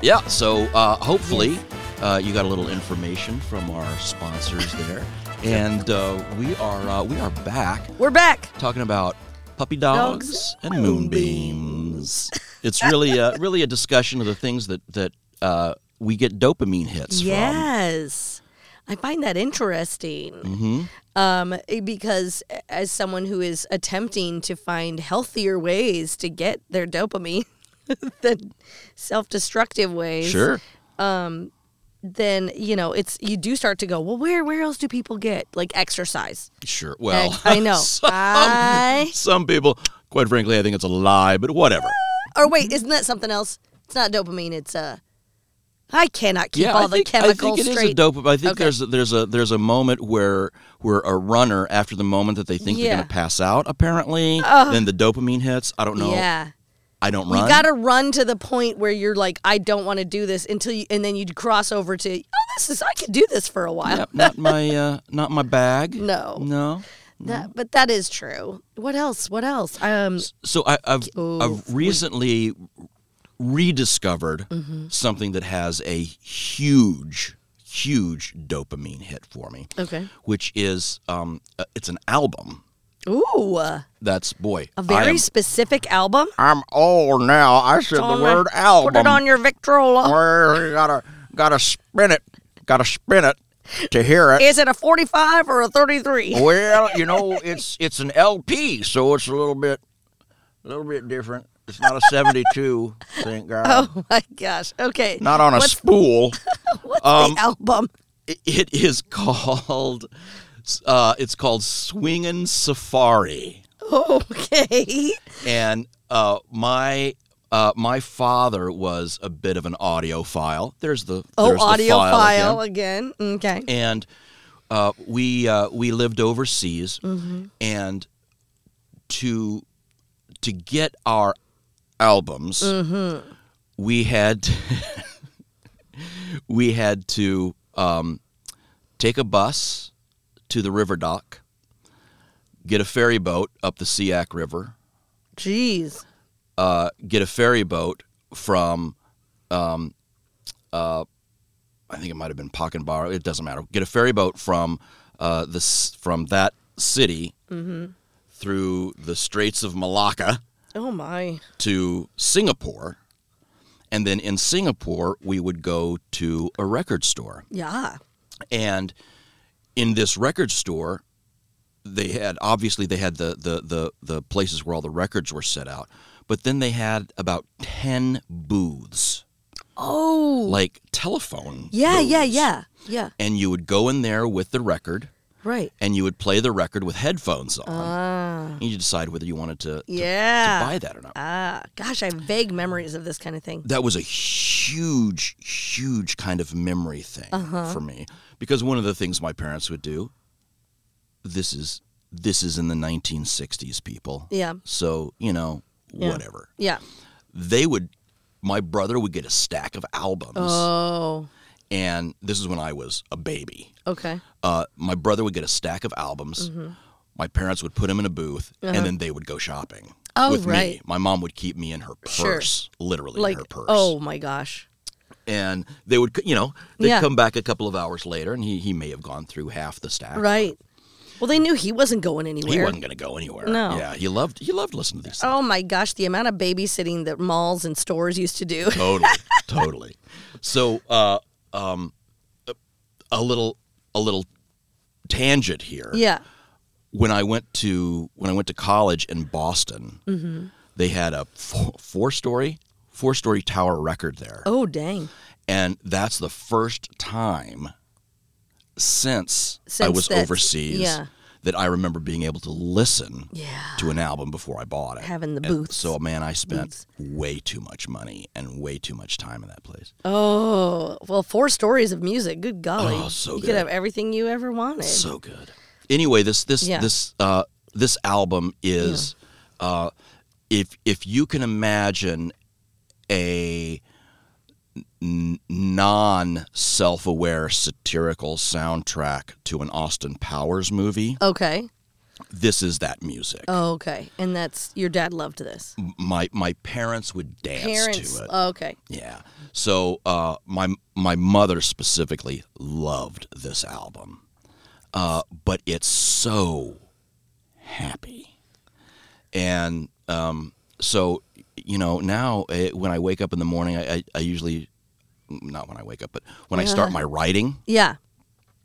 [SPEAKER 4] Yeah, so uh, hopefully uh, you got a little information from our sponsors there, and uh, we are uh, we are back
[SPEAKER 5] We're back.
[SPEAKER 4] talking about puppy dogs, and moonbeams. it's really a, really a discussion of the things that that uh, we get dopamine hits from.
[SPEAKER 5] Yes. I find that interesting.
[SPEAKER 4] Mm-hmm.
[SPEAKER 5] Um, eh, because a- as someone who is attempting to find healthier ways to get their dopamine than self destructive ways,
[SPEAKER 4] Sure.
[SPEAKER 5] then, you know, it's you do start to go, well, where where else do people get like exercise?
[SPEAKER 4] Sure. Well,
[SPEAKER 5] I know. I
[SPEAKER 4] some people, quite frankly, I think it's a lie, but whatever.
[SPEAKER 5] or wait, isn't that something else? It's not dopamine, it's uh I cannot keep
[SPEAKER 4] yeah,
[SPEAKER 5] all
[SPEAKER 4] I think,
[SPEAKER 5] the chemicals
[SPEAKER 4] I think it is
[SPEAKER 5] straight.
[SPEAKER 4] a dope. I think
[SPEAKER 5] Okay.
[SPEAKER 4] there's a, there's a there's a moment where where a runner after the moment that they think they're
[SPEAKER 5] Yeah.
[SPEAKER 4] going to pass out, apparently, then the dopamine hits. I don't know.
[SPEAKER 5] Yeah.
[SPEAKER 4] I don't run.
[SPEAKER 5] You got to run to the point where you're like, I don't want to do this until you, and then you'd cross over to, oh, this is, I could do this for a while.
[SPEAKER 4] Yep, not my uh, not my bag.
[SPEAKER 5] No.
[SPEAKER 4] No.
[SPEAKER 5] That- but that is true. What else? What else? Um,
[SPEAKER 4] So I, I've I've recently rediscovered
[SPEAKER 5] Mm-hmm.
[SPEAKER 4] something that has a huge huge dopamine hit for me,
[SPEAKER 5] okay.
[SPEAKER 4] which is um, uh, it's an album.
[SPEAKER 5] Ooh, a
[SPEAKER 4] That's boy. I
[SPEAKER 5] very
[SPEAKER 4] am-
[SPEAKER 5] specific album.
[SPEAKER 4] I'm old now. I said the word album.
[SPEAKER 5] Put it on your Victrola.
[SPEAKER 4] Well, you gotta gotta spin it. Gotta spin it to hear it.
[SPEAKER 5] Is it a 45 or a 33?
[SPEAKER 4] Well, you know, it's it's an LP, so it's a little bit a little bit different. It's not a 72, thank God.
[SPEAKER 5] Oh my gosh. Okay.
[SPEAKER 4] Not on Um, a spool.
[SPEAKER 5] What's the album?
[SPEAKER 4] It- it is called uh, it's called Swingin' Safari.
[SPEAKER 5] Okay.
[SPEAKER 4] and uh, my uh, my father was a bit of an audiophile. There's the
[SPEAKER 5] Oh,
[SPEAKER 4] there's the
[SPEAKER 5] audio
[SPEAKER 4] file
[SPEAKER 5] file
[SPEAKER 4] again.
[SPEAKER 5] again. Okay.
[SPEAKER 4] Mm-hmm. and uh, we uh, we lived overseas, and to to get our albums, we had we had to um, take a bus to the river dock, get a ferry boat up the Siak River
[SPEAKER 5] Jeez.
[SPEAKER 4] uh, get a ferry boat from, um, I think it might have been Pockenbauer. It doesn't matter. Get a ferry boat from uh, this from that city through the Straits of Malacca
[SPEAKER 5] Oh my.
[SPEAKER 4] to Singapore, and then in Singapore we would go to a record store.
[SPEAKER 5] Yeah.
[SPEAKER 4] and in this record store they had obviously they had the, the the the places where all the records were set out but then they had about 10 booths
[SPEAKER 5] Oh.
[SPEAKER 4] like telephone
[SPEAKER 5] Yeah, yeah,
[SPEAKER 4] booths.
[SPEAKER 5] yeah. Yeah.
[SPEAKER 4] and you would go in there with the record
[SPEAKER 5] Right.
[SPEAKER 4] and you would play the record with headphones on and you decide whether you wanted to, to-
[SPEAKER 5] Uh. Yeah.
[SPEAKER 4] to buy that or not
[SPEAKER 5] Ah, gosh, I have vague memories of this kind of thing.
[SPEAKER 4] that was a huge, huge kind of memory thing
[SPEAKER 5] Uh-huh.
[SPEAKER 4] for me because one of the things my parents would do. This is this is in the 1960s, people.
[SPEAKER 5] Yeah.
[SPEAKER 4] So you know, whatever
[SPEAKER 5] Yeah.
[SPEAKER 4] they would. My brother would get a stack of albums,
[SPEAKER 5] Oh.
[SPEAKER 4] and this is when I was a baby.
[SPEAKER 5] Okay.
[SPEAKER 4] Uh, my brother would get a stack of albums.
[SPEAKER 5] Mm-hmm.
[SPEAKER 4] My parents would put him in a booth, and then they would go shopping.
[SPEAKER 5] Uh-huh. Oh,
[SPEAKER 4] with Me.
[SPEAKER 5] right.
[SPEAKER 4] My mom would keep me in her
[SPEAKER 5] Sure.
[SPEAKER 4] purse, literally
[SPEAKER 5] Like
[SPEAKER 4] in her purse
[SPEAKER 5] oh my gosh.
[SPEAKER 4] and they would you know they'd
[SPEAKER 5] Yeah.
[SPEAKER 4] come back a couple of hours later and he, he may have gone through half the stack
[SPEAKER 5] Right. Well, they knew he wasn't going anywhere.
[SPEAKER 4] he wasn't going to go anywhere
[SPEAKER 5] No.
[SPEAKER 4] yeah he loved he loved listening to these things.
[SPEAKER 5] Oh my gosh, the amount of babysitting that malls and stores used to do.
[SPEAKER 4] totally totally so uh um a little a little tangent here
[SPEAKER 5] yeah.
[SPEAKER 4] when i went to when i went to college in boston
[SPEAKER 5] Mm-hmm.
[SPEAKER 4] they had a four, four story four story tower record there
[SPEAKER 5] Oh dang.
[SPEAKER 4] and that's the first time since, I
[SPEAKER 5] Since
[SPEAKER 4] was
[SPEAKER 5] that-
[SPEAKER 4] overseas
[SPEAKER 5] yeah.
[SPEAKER 4] that I remember being able to listen
[SPEAKER 5] Yeah.
[SPEAKER 4] to an album before I bought it.
[SPEAKER 5] Having the
[SPEAKER 4] And
[SPEAKER 5] booths.
[SPEAKER 4] So, man, I spent way too much money and way too much time in that place.
[SPEAKER 5] Oh well, four stories of music. Good golly.
[SPEAKER 4] Oh, so
[SPEAKER 5] you
[SPEAKER 4] good.
[SPEAKER 5] could have everything you ever wanted.
[SPEAKER 4] So good. Anyway, this this
[SPEAKER 5] Yeah.
[SPEAKER 4] this uh, this album is uh, if if you can imagine a n- non self aware satirical soundtrack to an Austin Powers movie,
[SPEAKER 5] okay.
[SPEAKER 4] this is that music.
[SPEAKER 5] Oh, okay. And that's your dad loved this.
[SPEAKER 4] my my parents would dance
[SPEAKER 5] Parents.
[SPEAKER 4] to it.
[SPEAKER 5] oh, okay.
[SPEAKER 4] Yeah. So uh, my my mother specifically loved this album, uh, but it's so happy, and um, so you know now eh, when I wake up in the morning, I, I, I usually not when I wake up, but when I start my writing,
[SPEAKER 5] Yeah.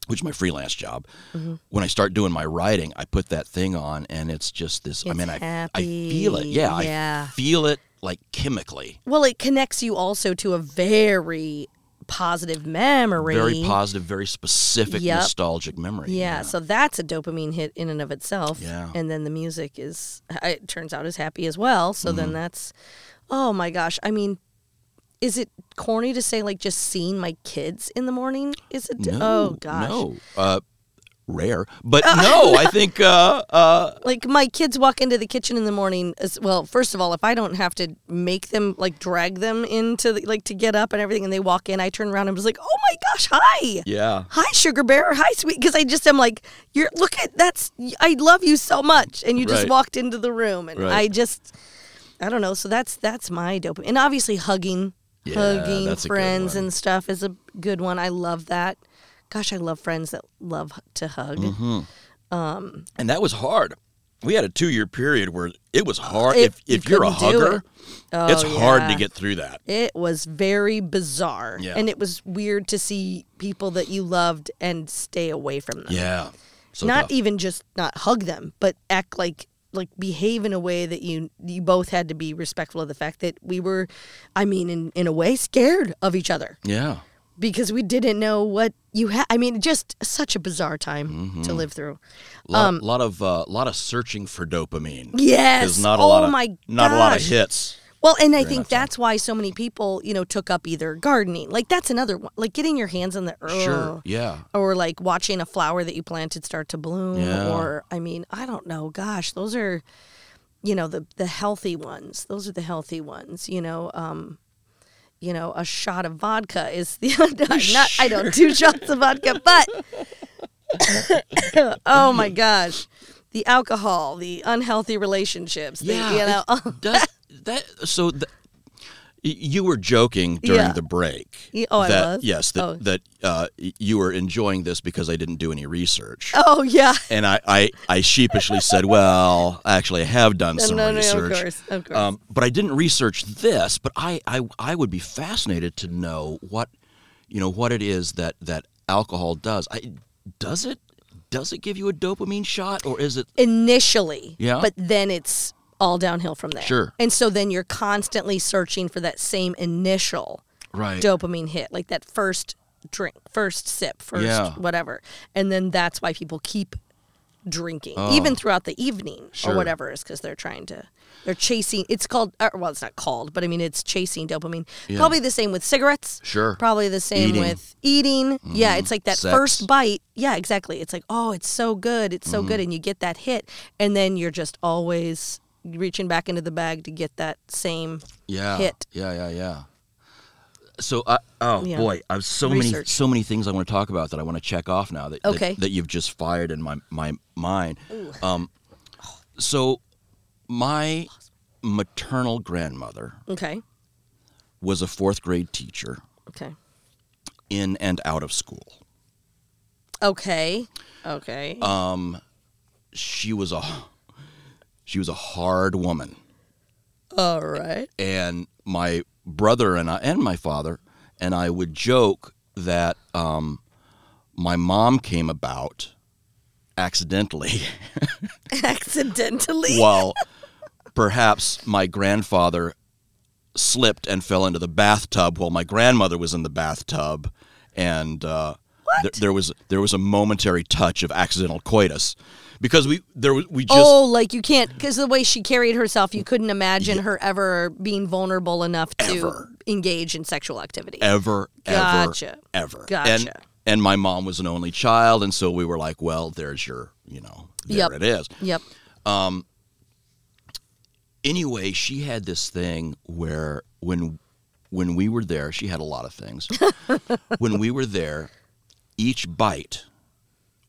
[SPEAKER 4] which is my freelance job,
[SPEAKER 5] Mm-hmm.
[SPEAKER 4] when I start doing my writing, I put that thing on, and it's just this. I
[SPEAKER 5] It's
[SPEAKER 4] mean, I I
[SPEAKER 5] happy.
[SPEAKER 4] feel it. Yeah,
[SPEAKER 5] Yeah.
[SPEAKER 4] I feel it like chemically.
[SPEAKER 5] Well, it connects you also to a very positive memory.
[SPEAKER 4] Very positive, very specific,
[SPEAKER 5] Yep.
[SPEAKER 4] nostalgic memory.
[SPEAKER 5] Yeah, so that's a dopamine hit in and of itself.
[SPEAKER 4] Yeah.
[SPEAKER 5] And then the music is, it turns out, is happy as well. So
[SPEAKER 4] Mm-hmm.
[SPEAKER 5] then that's, oh my gosh. I mean, is it corny to say like just seeing my kids in the morning? Is it?
[SPEAKER 4] No,
[SPEAKER 5] oh gosh.
[SPEAKER 4] No. Uh, rare, but no. I think uh, uh,
[SPEAKER 5] Like my kids walk into the kitchen in the morning. As, well, first of all, if I don't have to make them like drag them into the, like to get up and everything, and they walk in, I turn around and I'm just like, oh my gosh, hi.
[SPEAKER 4] yeah.
[SPEAKER 5] hi sugar bear hi sweet because i just am like you're look at that's i love you so much and you just
[SPEAKER 4] Right.
[SPEAKER 5] walked into the room and
[SPEAKER 4] Right.
[SPEAKER 5] i just i don't know so that's that's my dope and obviously hugging
[SPEAKER 4] Yeah,
[SPEAKER 5] hugging
[SPEAKER 4] that's a good
[SPEAKER 5] friends
[SPEAKER 4] one.
[SPEAKER 5] and stuff is a good one i love that gosh i love friends that love h- to hug
[SPEAKER 4] Mm-hmm. And that was hard. We had a two-year period where it was hard.
[SPEAKER 5] If
[SPEAKER 4] If
[SPEAKER 5] you
[SPEAKER 4] if, you're a
[SPEAKER 5] couldn't do
[SPEAKER 4] hugger,
[SPEAKER 5] it. Oh,
[SPEAKER 4] it's hard
[SPEAKER 5] yeah.
[SPEAKER 4] to get through that.
[SPEAKER 5] it was very bizarre
[SPEAKER 4] Yeah.
[SPEAKER 5] and it was weird to see people that you loved and stay away from them
[SPEAKER 4] Yeah. So
[SPEAKER 5] not
[SPEAKER 4] tough.
[SPEAKER 5] even just not hug them, but act like like behave in a way that you you both had to be respectful of the fact that we were, I mean, in in a way, scared of each other
[SPEAKER 4] yeah.
[SPEAKER 5] because we didn't know what you had. I mean, just such a bizarre time
[SPEAKER 4] Mm-hmm.
[SPEAKER 5] to live through.
[SPEAKER 4] lot, lot of uh, lot of searching for dopamine.
[SPEAKER 5] Um, Yes.
[SPEAKER 4] There's not a
[SPEAKER 5] oh
[SPEAKER 4] lot of
[SPEAKER 5] my
[SPEAKER 4] not a lot of
[SPEAKER 5] gosh.
[SPEAKER 4] hits.
[SPEAKER 5] Well, and I think that's why so many people, you know, took up either gardening. Like that's another one. Like getting your hands on the earth.
[SPEAKER 4] Sure. Yeah.
[SPEAKER 5] or like watching a flower that you planted start to bloom
[SPEAKER 4] Yeah.
[SPEAKER 5] or i mean i don't know gosh those are you know the the healthy ones those are the healthy ones you know um you know a shot of vodka is the not i don't do shots of vodka but oh my gosh the alcohol the unhealthy relationships the, you know
[SPEAKER 4] it does that so th- Y- You were joking during
[SPEAKER 5] Yeah.
[SPEAKER 4] the break.
[SPEAKER 5] Y- oh, I
[SPEAKER 4] that,
[SPEAKER 5] was?
[SPEAKER 4] Yes, that,
[SPEAKER 5] Oh.
[SPEAKER 4] that uh, y- you were enjoying this because I didn't do any research.
[SPEAKER 5] Oh yeah.
[SPEAKER 4] And I, I, I sheepishly said, well, actually, I have done some
[SPEAKER 5] no, no,
[SPEAKER 4] research.
[SPEAKER 5] of course, of course.
[SPEAKER 4] Um, but I didn't research this. But I, I, I would be fascinated to know what, you know, what it is that that alcohol does. I, does it does it give you a dopamine shot or is it?
[SPEAKER 5] initially.
[SPEAKER 4] Yeah.
[SPEAKER 5] But then it's all downhill from there.
[SPEAKER 4] Sure.
[SPEAKER 5] And so then you're constantly searching for that same initial
[SPEAKER 4] Right.
[SPEAKER 5] dopamine hit, like that first drink, first sip, first
[SPEAKER 4] Yeah.
[SPEAKER 5] whatever. And then that's why people keep drinking, even throughout the evening
[SPEAKER 4] Oh. Sure.
[SPEAKER 5] or whatever, is because they're trying to. They're chasing. It's called. uh, Well, it's not called, but I mean, it's chasing dopamine. Probably the same with cigarettes.
[SPEAKER 4] Sure.
[SPEAKER 5] Probably the same
[SPEAKER 4] Eating. Mm-hmm.
[SPEAKER 5] with eating. Yeah, it's like that
[SPEAKER 4] Sex.
[SPEAKER 5] first bite. Yeah, exactly. It's like, oh, it's so good. It's so
[SPEAKER 4] Mm-hmm.
[SPEAKER 5] good. And you get that hit. And then you're just always reaching back into the bag to get that same
[SPEAKER 4] yeah,
[SPEAKER 5] hit.
[SPEAKER 4] Yeah, yeah, yeah. So, I, oh
[SPEAKER 5] Yeah.
[SPEAKER 4] boy, I have so many,
[SPEAKER 5] Research.
[SPEAKER 4] so many things I want to talk about that I want to check off now that that-
[SPEAKER 5] Okay.
[SPEAKER 4] that, you've just fired in my my mind. Um, so my maternal grandmother
[SPEAKER 5] Okay.
[SPEAKER 4] was a fourth grade teacher
[SPEAKER 5] Okay.
[SPEAKER 4] in and out of school.
[SPEAKER 5] Okay. Uh, Okay.
[SPEAKER 4] She was a she was a hard woman,
[SPEAKER 5] All right.
[SPEAKER 4] and my brother and I and my father and I would joke that um, my mom came about accidentally.
[SPEAKER 5] Accidentally.
[SPEAKER 4] while perhaps my grandfather slipped and fell into the bathtub while my grandmother was in the bathtub and uh, th- there was there was a momentary touch of accidental coitus because we there was we just
[SPEAKER 5] oh, like you can't because the way she carried herself, you couldn't imagine her ever being vulnerable enough to
[SPEAKER 4] Ever.
[SPEAKER 5] engage in sexual activity.
[SPEAKER 4] ever
[SPEAKER 5] Gotcha.
[SPEAKER 4] ever ever
[SPEAKER 5] Gotcha.
[SPEAKER 4] and and my mom was an only child and so we were like well there's your you know there
[SPEAKER 5] Yep.
[SPEAKER 4] it is
[SPEAKER 5] Yep.
[SPEAKER 4] anyway, she had this thing where when when we were there, she had a lot of things. when we were there, each bite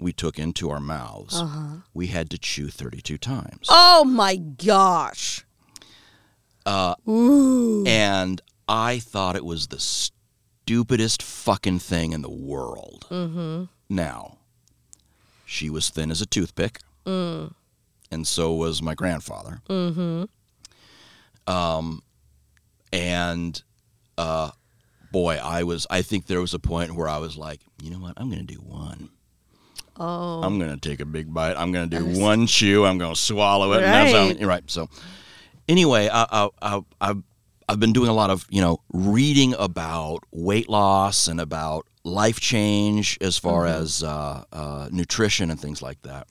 [SPEAKER 4] we took into our mouths,
[SPEAKER 5] Uh-huh.
[SPEAKER 4] we had to chew 32 times.
[SPEAKER 5] Oh my gosh.
[SPEAKER 4] And I thought it was the stupidest fucking thing in the world. Mm-hmm. Now, she was thin as a toothpick, and so was my grandfather. Mm. Mm-hmm. Um, and uh, boy, I was. I think there was a point where I was like, you know what? I'm going to do one.
[SPEAKER 5] Oh.
[SPEAKER 4] I'm gonna take a big bite. I'm gonna do one chew. I'm gonna swallow it. And that's how,
[SPEAKER 5] Right.
[SPEAKER 4] you're right. So, anyway, I, I, I, I've I've been doing a lot of you know reading about weight loss and about life change as far as uh, uh, nutrition and things like that.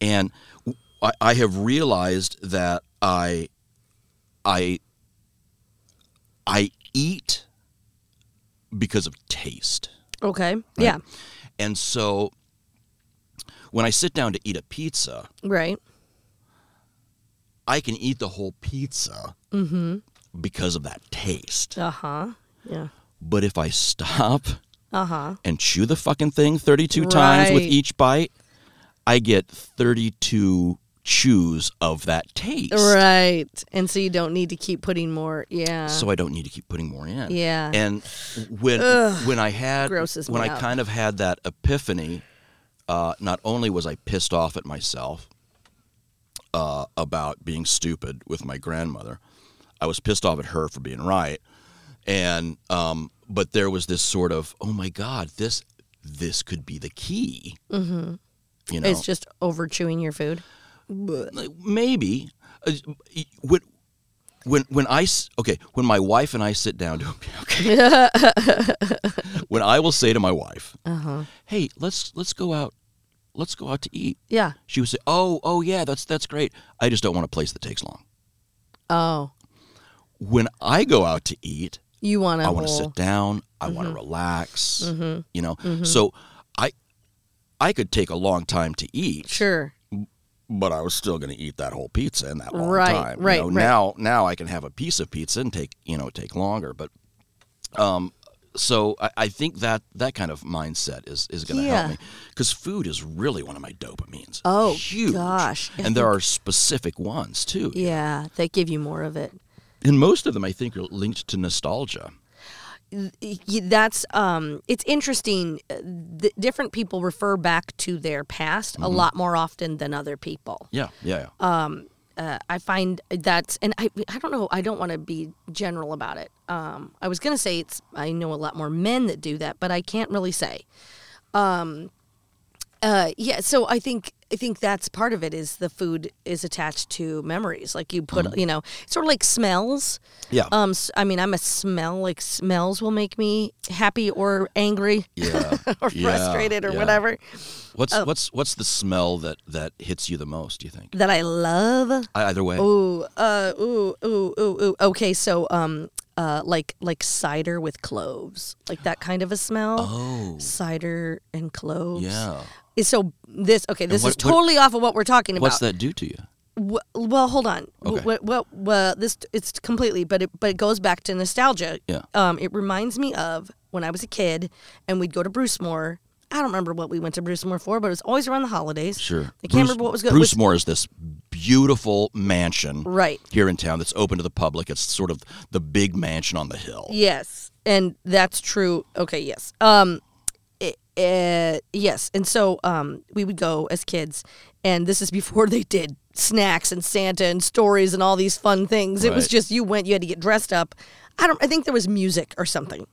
[SPEAKER 4] And w- I, I have realized that I I I eat because of taste.
[SPEAKER 5] Okay. Yeah.
[SPEAKER 4] And so when I sit down to eat a pizza,
[SPEAKER 5] Right.
[SPEAKER 4] I can eat the whole pizza
[SPEAKER 5] Mm-hmm.
[SPEAKER 4] because of that taste.
[SPEAKER 5] Uh huh. Yeah.
[SPEAKER 4] But if I stop
[SPEAKER 5] Uh huh.
[SPEAKER 4] and chew the fucking thing 32 times with
[SPEAKER 5] Right.
[SPEAKER 4] each bite, I get 32 chews of that taste.
[SPEAKER 5] Right. And so you don't need to keep putting more. Yeah.
[SPEAKER 4] So I don't need to keep putting more in.
[SPEAKER 5] Yeah.
[SPEAKER 4] And when when I had
[SPEAKER 5] grosses
[SPEAKER 4] when
[SPEAKER 5] me
[SPEAKER 4] I
[SPEAKER 5] out.
[SPEAKER 4] kind of had that epiphany, uh, not only was I pissed off at myself uh, about being stupid with my grandmother, I was pissed off at her for being right, and um, but there was this sort of oh my god this this could be the key. Mm-hmm. You know,
[SPEAKER 5] it's just over chewing your food.
[SPEAKER 4] like, maybe Uh, when when when I s- okay when my wife and I sit down to okay when I will say to my wife,
[SPEAKER 5] Uh-huh.
[SPEAKER 4] "Hey, let's let's go out, let's go out to eat."
[SPEAKER 5] Yeah.
[SPEAKER 4] She would say, "Oh, oh yeah, that's that's great. I just don't want a place that takes long."
[SPEAKER 5] Oh.
[SPEAKER 4] When I go out to eat,
[SPEAKER 5] You want
[SPEAKER 4] I want to sit down. I want to relax. You know, so I I could take a long time to eat.
[SPEAKER 5] Sure.
[SPEAKER 4] but I was still going to eat that whole pizza in that long
[SPEAKER 5] Right,
[SPEAKER 4] time. you
[SPEAKER 5] right,
[SPEAKER 4] know.
[SPEAKER 5] right.
[SPEAKER 4] Now, now I can have a piece of pizza and take you know take longer, but um, so I, I think that that kind of mindset is is going to
[SPEAKER 5] Yeah.
[SPEAKER 4] help me because food is really one of my dopamines.
[SPEAKER 5] Oh,
[SPEAKER 4] huge.
[SPEAKER 5] gosh. I
[SPEAKER 4] and there are specific ones too.
[SPEAKER 5] Yeah. They give you more of it.
[SPEAKER 4] and most of them I think are linked to nostalgia.
[SPEAKER 5] y- that's um it's interesting uh, th- different people refer back to their past a lot more often than other people
[SPEAKER 4] Yeah, yeah, yeah.
[SPEAKER 5] uh, i find that's and i i don't know i don't want to be general about it um i was going to say it's i know a lot more men that do that but i can't really say um uh yeah so i think i think that's part of it is the food is attached to memories like you put you know sort of like smells
[SPEAKER 4] yeah.
[SPEAKER 5] um, s- I mean, I'm a smell. Like smells will make me happy or angry
[SPEAKER 4] yeah.
[SPEAKER 5] or
[SPEAKER 4] Yeah,
[SPEAKER 5] frustrated or
[SPEAKER 4] yeah.
[SPEAKER 5] whatever.
[SPEAKER 4] What's
[SPEAKER 5] Oh.
[SPEAKER 4] what's what's the smell that that hits you the most? Do you think?
[SPEAKER 5] That I love.
[SPEAKER 4] I- Either way,
[SPEAKER 5] Ooh, uh, ooh, ooh, ooh, ooh. Okay, so um, uh, like like cider with cloves, like that kind of a smell.
[SPEAKER 4] Oh.
[SPEAKER 5] cider and cloves.
[SPEAKER 4] yeah.
[SPEAKER 5] Is- So this okay? This is
[SPEAKER 4] what- what-
[SPEAKER 5] totally off of what we're talking about.
[SPEAKER 4] What's that do to you?
[SPEAKER 5] Wh- well, hold on.
[SPEAKER 4] Okay.
[SPEAKER 5] What, what, this it's completely, but it but it goes back to nostalgia.
[SPEAKER 4] Yeah.
[SPEAKER 5] Um, it reminds me of when I was a kid and we'd go to Bruce Moore. I don't remember what we went to Bruce Moore for, but it was always around the holidays.
[SPEAKER 4] Sure.
[SPEAKER 5] I can't remember what was good.
[SPEAKER 4] Bruce
[SPEAKER 5] was-
[SPEAKER 4] Moore is this beautiful mansion
[SPEAKER 5] Right.
[SPEAKER 4] here in town that's open to the public. It's sort of the big mansion on the hill.
[SPEAKER 5] Yes, and that's true. Okay, yes. Um, i uh, yes, and so um, we would go as kids, and this is before they did snacks and Santa and stories and all these fun things. It was
[SPEAKER 4] Right.
[SPEAKER 5] just you went, you had to get dressed up. I don't. I think there was music or something,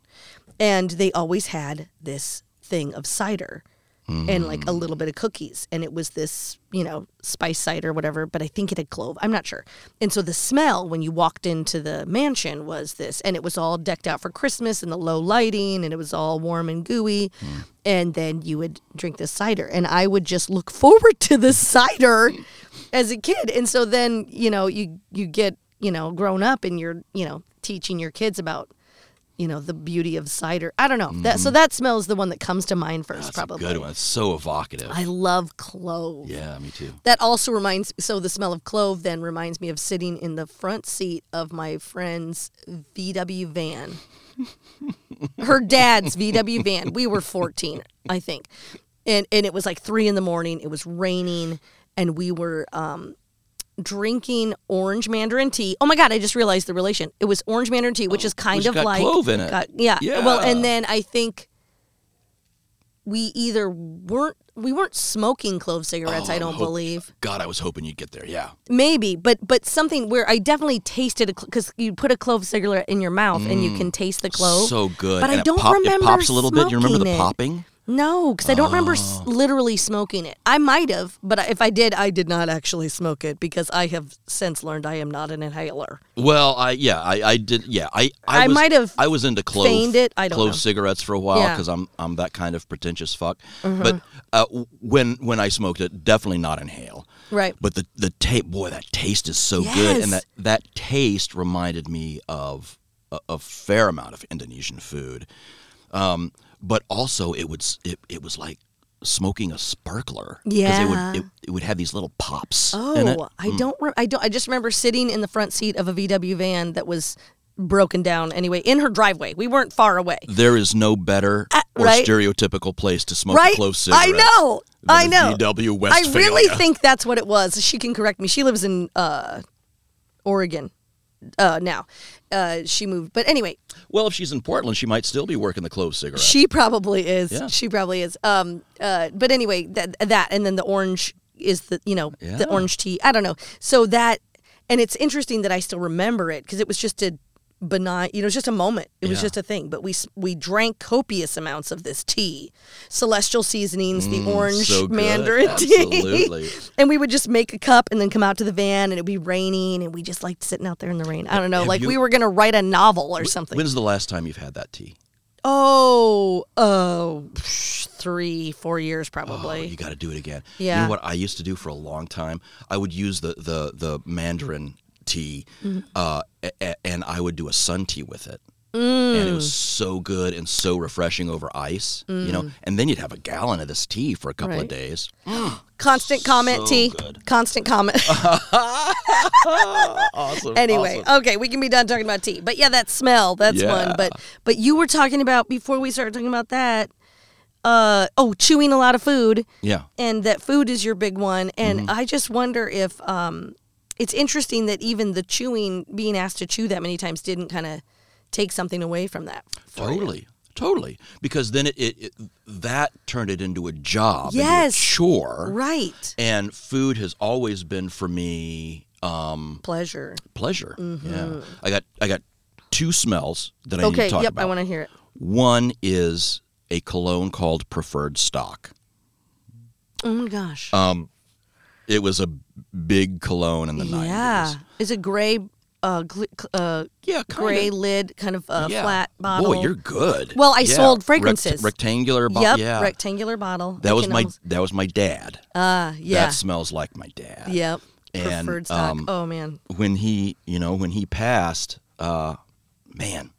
[SPEAKER 5] and they always had this thing of cider. And like a little bit of cookies, and it was this, you know, spice cider, whatever. But I think it had clove. I'm not sure. And so the smell when you walked into the mansion was this, and it was all decked out for Christmas and the low lighting, and it was all warm and gooey. And then you would drink this cider, and I would just look forward to the cider as a kid. And so then, you know, you you get you know grown up, and you're you know teaching your kids about you know the beauty of cider. I don't know that. So that smell is the one that comes to mind first,
[SPEAKER 4] Mm-hmm. That's
[SPEAKER 5] probably.
[SPEAKER 4] a good one. It's so evocative.
[SPEAKER 5] I love clove
[SPEAKER 4] yeah, me too.
[SPEAKER 5] that also reminds so the smell of clove then reminds me of sitting in the front seat of my friend's VW van. Her dad's VW van. We were 14, I think. And and it was like 3 in the morning. It was raining and we were um drinking orange mandarin tea. Oh my god, I just realized the relation. It was orange mandarin tea, which is kind
[SPEAKER 4] Oh, which
[SPEAKER 5] of
[SPEAKER 4] got
[SPEAKER 5] like
[SPEAKER 4] clove in it.
[SPEAKER 5] got- yeah. Well,
[SPEAKER 4] Yeah.
[SPEAKER 5] and then I think we either weren't we weren't smoking clove cigarettes,
[SPEAKER 4] Oh,
[SPEAKER 5] I don't believe.
[SPEAKER 4] God, I was hoping you'd get there. Yeah.
[SPEAKER 5] Maybe, but but something where I definitely tasted a because you put a clove cigarette in your mouth and you can taste the clove.
[SPEAKER 4] Mm, So good.
[SPEAKER 5] But
[SPEAKER 4] and
[SPEAKER 5] I don't
[SPEAKER 4] it, pop,
[SPEAKER 5] remember
[SPEAKER 4] it pops a little bit. You remember
[SPEAKER 5] smoking
[SPEAKER 4] the
[SPEAKER 5] it.
[SPEAKER 4] popping? Oh.
[SPEAKER 5] No, because I don't remember s- literally smoking it. I might have, but I- if I did, I did not actually smoke it because I have since learned I am not an inhaler.
[SPEAKER 4] Well, I yeah, I, I did yeah, I I,
[SPEAKER 5] I
[SPEAKER 4] was-
[SPEAKER 5] might have
[SPEAKER 4] I was into clove
[SPEAKER 5] feigned it. I don't
[SPEAKER 4] clove
[SPEAKER 5] know.
[SPEAKER 4] cigarettes for a while
[SPEAKER 5] Yeah. Mm-hmm.
[SPEAKER 4] because I'm I'm that kind of pretentious fuck. But uh, w- when when I smoked it, definitely not inhale.
[SPEAKER 5] Right.
[SPEAKER 4] But the the tape, boy, that taste is so good,
[SPEAKER 5] Yes.
[SPEAKER 4] and that that taste reminded me of a, a fair amount of Indonesian food. Um, but also it would s- it, it was like smoking a sparkler 'cause it
[SPEAKER 5] Yeah.
[SPEAKER 4] would it, it would have these little pops. in it. Hmm.
[SPEAKER 5] Oh, I don't. Re- I don't. I just remember sitting in the front seat of a VW van that was broken down. Anyway, in her driveway. We weren't far away.
[SPEAKER 4] There is no better or
[SPEAKER 5] Uh, right?
[SPEAKER 4] stereotypical place to smoke
[SPEAKER 5] right?
[SPEAKER 4] a clove cigarette.
[SPEAKER 5] I know.
[SPEAKER 4] than
[SPEAKER 5] I
[SPEAKER 4] the
[SPEAKER 5] know.
[SPEAKER 4] VW
[SPEAKER 5] I
[SPEAKER 4] Westphalia.
[SPEAKER 5] really think that's what it was. She can correct me. She lives in uh, Oregon uh, now. Uh, she moved, but anyway,
[SPEAKER 4] Well, if she's in Portland, she might still be working the clove cigarette.
[SPEAKER 5] she probably is.
[SPEAKER 4] Yeah.
[SPEAKER 5] She probably is. Um, uh, but anyway, that that and then the orange is the you know the
[SPEAKER 4] Yeah.
[SPEAKER 5] orange tea. I don't know. So that and it's interesting that I still remember it because it was just a benign. You know, it was just a moment. It was
[SPEAKER 4] Yeah.
[SPEAKER 5] just a thing. But we s- we drank copious amounts of this tea, celestial seasonings, the orange
[SPEAKER 4] Mm, so good.
[SPEAKER 5] mandarin
[SPEAKER 4] Absolutely.
[SPEAKER 5] tea. and we would just make a cup and then come out to the van and it'd be raining and we just liked sitting out there in the rain. I don't know, like
[SPEAKER 4] you-
[SPEAKER 5] we were gonna write a novel or something.
[SPEAKER 4] When's the last time you've had that tea?
[SPEAKER 5] Oh, oh, psh, three, four years
[SPEAKER 4] Oh,
[SPEAKER 5] probably.
[SPEAKER 4] you got to do it again. You
[SPEAKER 5] Yeah.
[SPEAKER 4] know what I used to do for a long time? I would use the the the Mandarin tea,
[SPEAKER 5] Mm-hmm.
[SPEAKER 4] uh, a- a- and I would do a sun tea with it. And it
[SPEAKER 5] Mm.
[SPEAKER 4] was so good and so refreshing over ice, you know. And then you'd have a gallon of this tea for a couple of
[SPEAKER 5] Right.
[SPEAKER 4] days.
[SPEAKER 5] Constant comment,
[SPEAKER 4] so
[SPEAKER 5] T.
[SPEAKER 4] good.
[SPEAKER 5] Constant comment.
[SPEAKER 4] Awesome.
[SPEAKER 5] anyway, okay, we can be done talking about tea. But yeah, that smell, that's
[SPEAKER 4] Yeah.
[SPEAKER 5] one. But but you were talking about before we started talking about that. Uh oh, chewing a lot of food.
[SPEAKER 4] Yeah. Mm-hmm.
[SPEAKER 5] and that food is your big one and i just wonder if um it's interesting that even the chewing, being asked to chew that many times, didn't kind of take something away from that. for you.
[SPEAKER 4] Totally. Totally. Because then it, it, it that turned it into a job, into
[SPEAKER 5] Yes.
[SPEAKER 4] a chore.
[SPEAKER 5] Right.
[SPEAKER 4] And food has always been for me um,
[SPEAKER 5] Pleasure.
[SPEAKER 4] pleasure. Yeah. I got I got two smells that I need
[SPEAKER 5] Mm-hmm. okay.
[SPEAKER 4] to talk
[SPEAKER 5] Yep.
[SPEAKER 4] about.
[SPEAKER 5] I want to hear it.
[SPEAKER 4] One is a cologne called Preferred Stock.
[SPEAKER 5] Oh my gosh.
[SPEAKER 4] It was a big cologne in the
[SPEAKER 5] yeah.
[SPEAKER 4] 90s.
[SPEAKER 5] It's a gray, uh, gl- cl- uh,
[SPEAKER 4] Yeah, kinda.
[SPEAKER 5] gray lid, kind of uh,
[SPEAKER 4] Yeah.
[SPEAKER 5] flat bottle.
[SPEAKER 4] Boy, you're good.
[SPEAKER 5] Well, I
[SPEAKER 4] Yeah.
[SPEAKER 5] sold
[SPEAKER 4] Rect-
[SPEAKER 5] fragrances.
[SPEAKER 4] rectangular bottle.
[SPEAKER 5] Yep.
[SPEAKER 4] yeah.
[SPEAKER 5] Rectangular bottle. I
[SPEAKER 4] that was
[SPEAKER 5] can
[SPEAKER 4] my
[SPEAKER 5] almost-
[SPEAKER 4] that was my dad.
[SPEAKER 5] Ah. yeah.
[SPEAKER 4] That smells like my dad.
[SPEAKER 5] Yep.
[SPEAKER 4] And,
[SPEAKER 5] Preferred stock.
[SPEAKER 4] um,
[SPEAKER 5] oh man.
[SPEAKER 4] when he you know when he passed uh man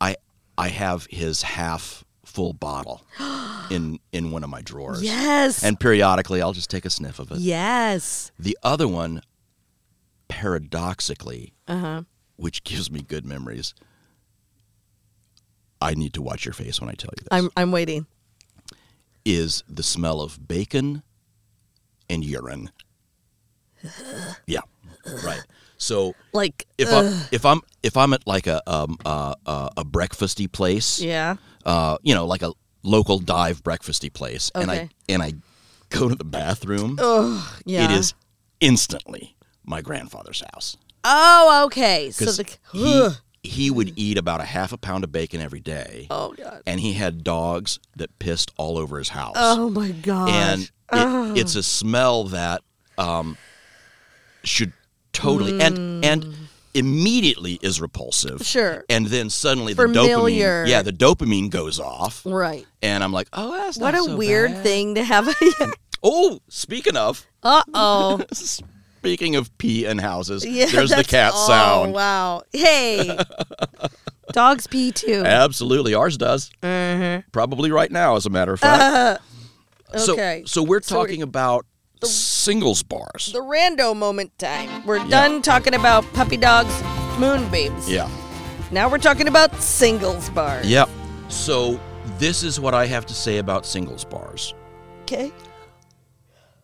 [SPEAKER 4] i i have his half full bottle in in one of my drawers
[SPEAKER 5] Yes.
[SPEAKER 4] and periodically i'll just take a sniff of it
[SPEAKER 5] yes.
[SPEAKER 4] the other one paradoxically
[SPEAKER 5] Uh huh.
[SPEAKER 4] which gives me good memories i need to watch your face when i tell you this
[SPEAKER 5] I'm I'm waiting.
[SPEAKER 4] is the smell of bacon and urine yeah right so
[SPEAKER 5] Like.
[SPEAKER 4] if
[SPEAKER 5] ugh.
[SPEAKER 4] I'm if I'm if I'm at like a um uh, uh, a breakfasty place,
[SPEAKER 5] yeah.
[SPEAKER 4] uh, you know, like a local dive breakfasty place, and I
[SPEAKER 5] Okay. Oh,
[SPEAKER 4] and I go to the bathroom,
[SPEAKER 5] Yeah.
[SPEAKER 4] it is instantly my grandfather's house
[SPEAKER 5] Oh, okay. So
[SPEAKER 4] 'Cause
[SPEAKER 5] the.
[SPEAKER 4] he he would eat about a half a pound of bacon every day,
[SPEAKER 5] oh god.
[SPEAKER 4] and he had dogs that pissed all over his house,
[SPEAKER 5] Oh my gosh.
[SPEAKER 4] and it, it's a smell that um should totally
[SPEAKER 5] Mm.
[SPEAKER 4] and and immediately is repulsive
[SPEAKER 5] sure.
[SPEAKER 4] and then suddenly
[SPEAKER 5] Familiar.
[SPEAKER 4] the dopamine yeah the dopamine goes off
[SPEAKER 5] Right.
[SPEAKER 4] and i'm like oh that's
[SPEAKER 5] What
[SPEAKER 4] not
[SPEAKER 5] a
[SPEAKER 4] so
[SPEAKER 5] weird
[SPEAKER 4] bad.
[SPEAKER 5] thing to have.
[SPEAKER 4] oh speaking of
[SPEAKER 5] uh oh.
[SPEAKER 4] speaking of pee and houses
[SPEAKER 5] Yeah,
[SPEAKER 4] there's the
[SPEAKER 5] that's-
[SPEAKER 4] cat
[SPEAKER 5] oh,
[SPEAKER 4] sound
[SPEAKER 5] Wow. Hey. Dogs pee too.
[SPEAKER 4] absolutely ours does
[SPEAKER 5] Mm-hmm.
[SPEAKER 4] probably right now as a matter of fact so,
[SPEAKER 5] Uh-huh. okay.
[SPEAKER 4] so we're
[SPEAKER 5] So we're-
[SPEAKER 4] talking about singles bars
[SPEAKER 5] The rando moment time. We're done talking about puppy dogs, moon babes.
[SPEAKER 4] yeah
[SPEAKER 5] Now we're talking about singles bars.
[SPEAKER 4] yep so this is what i have to say about singles bars
[SPEAKER 5] Okay.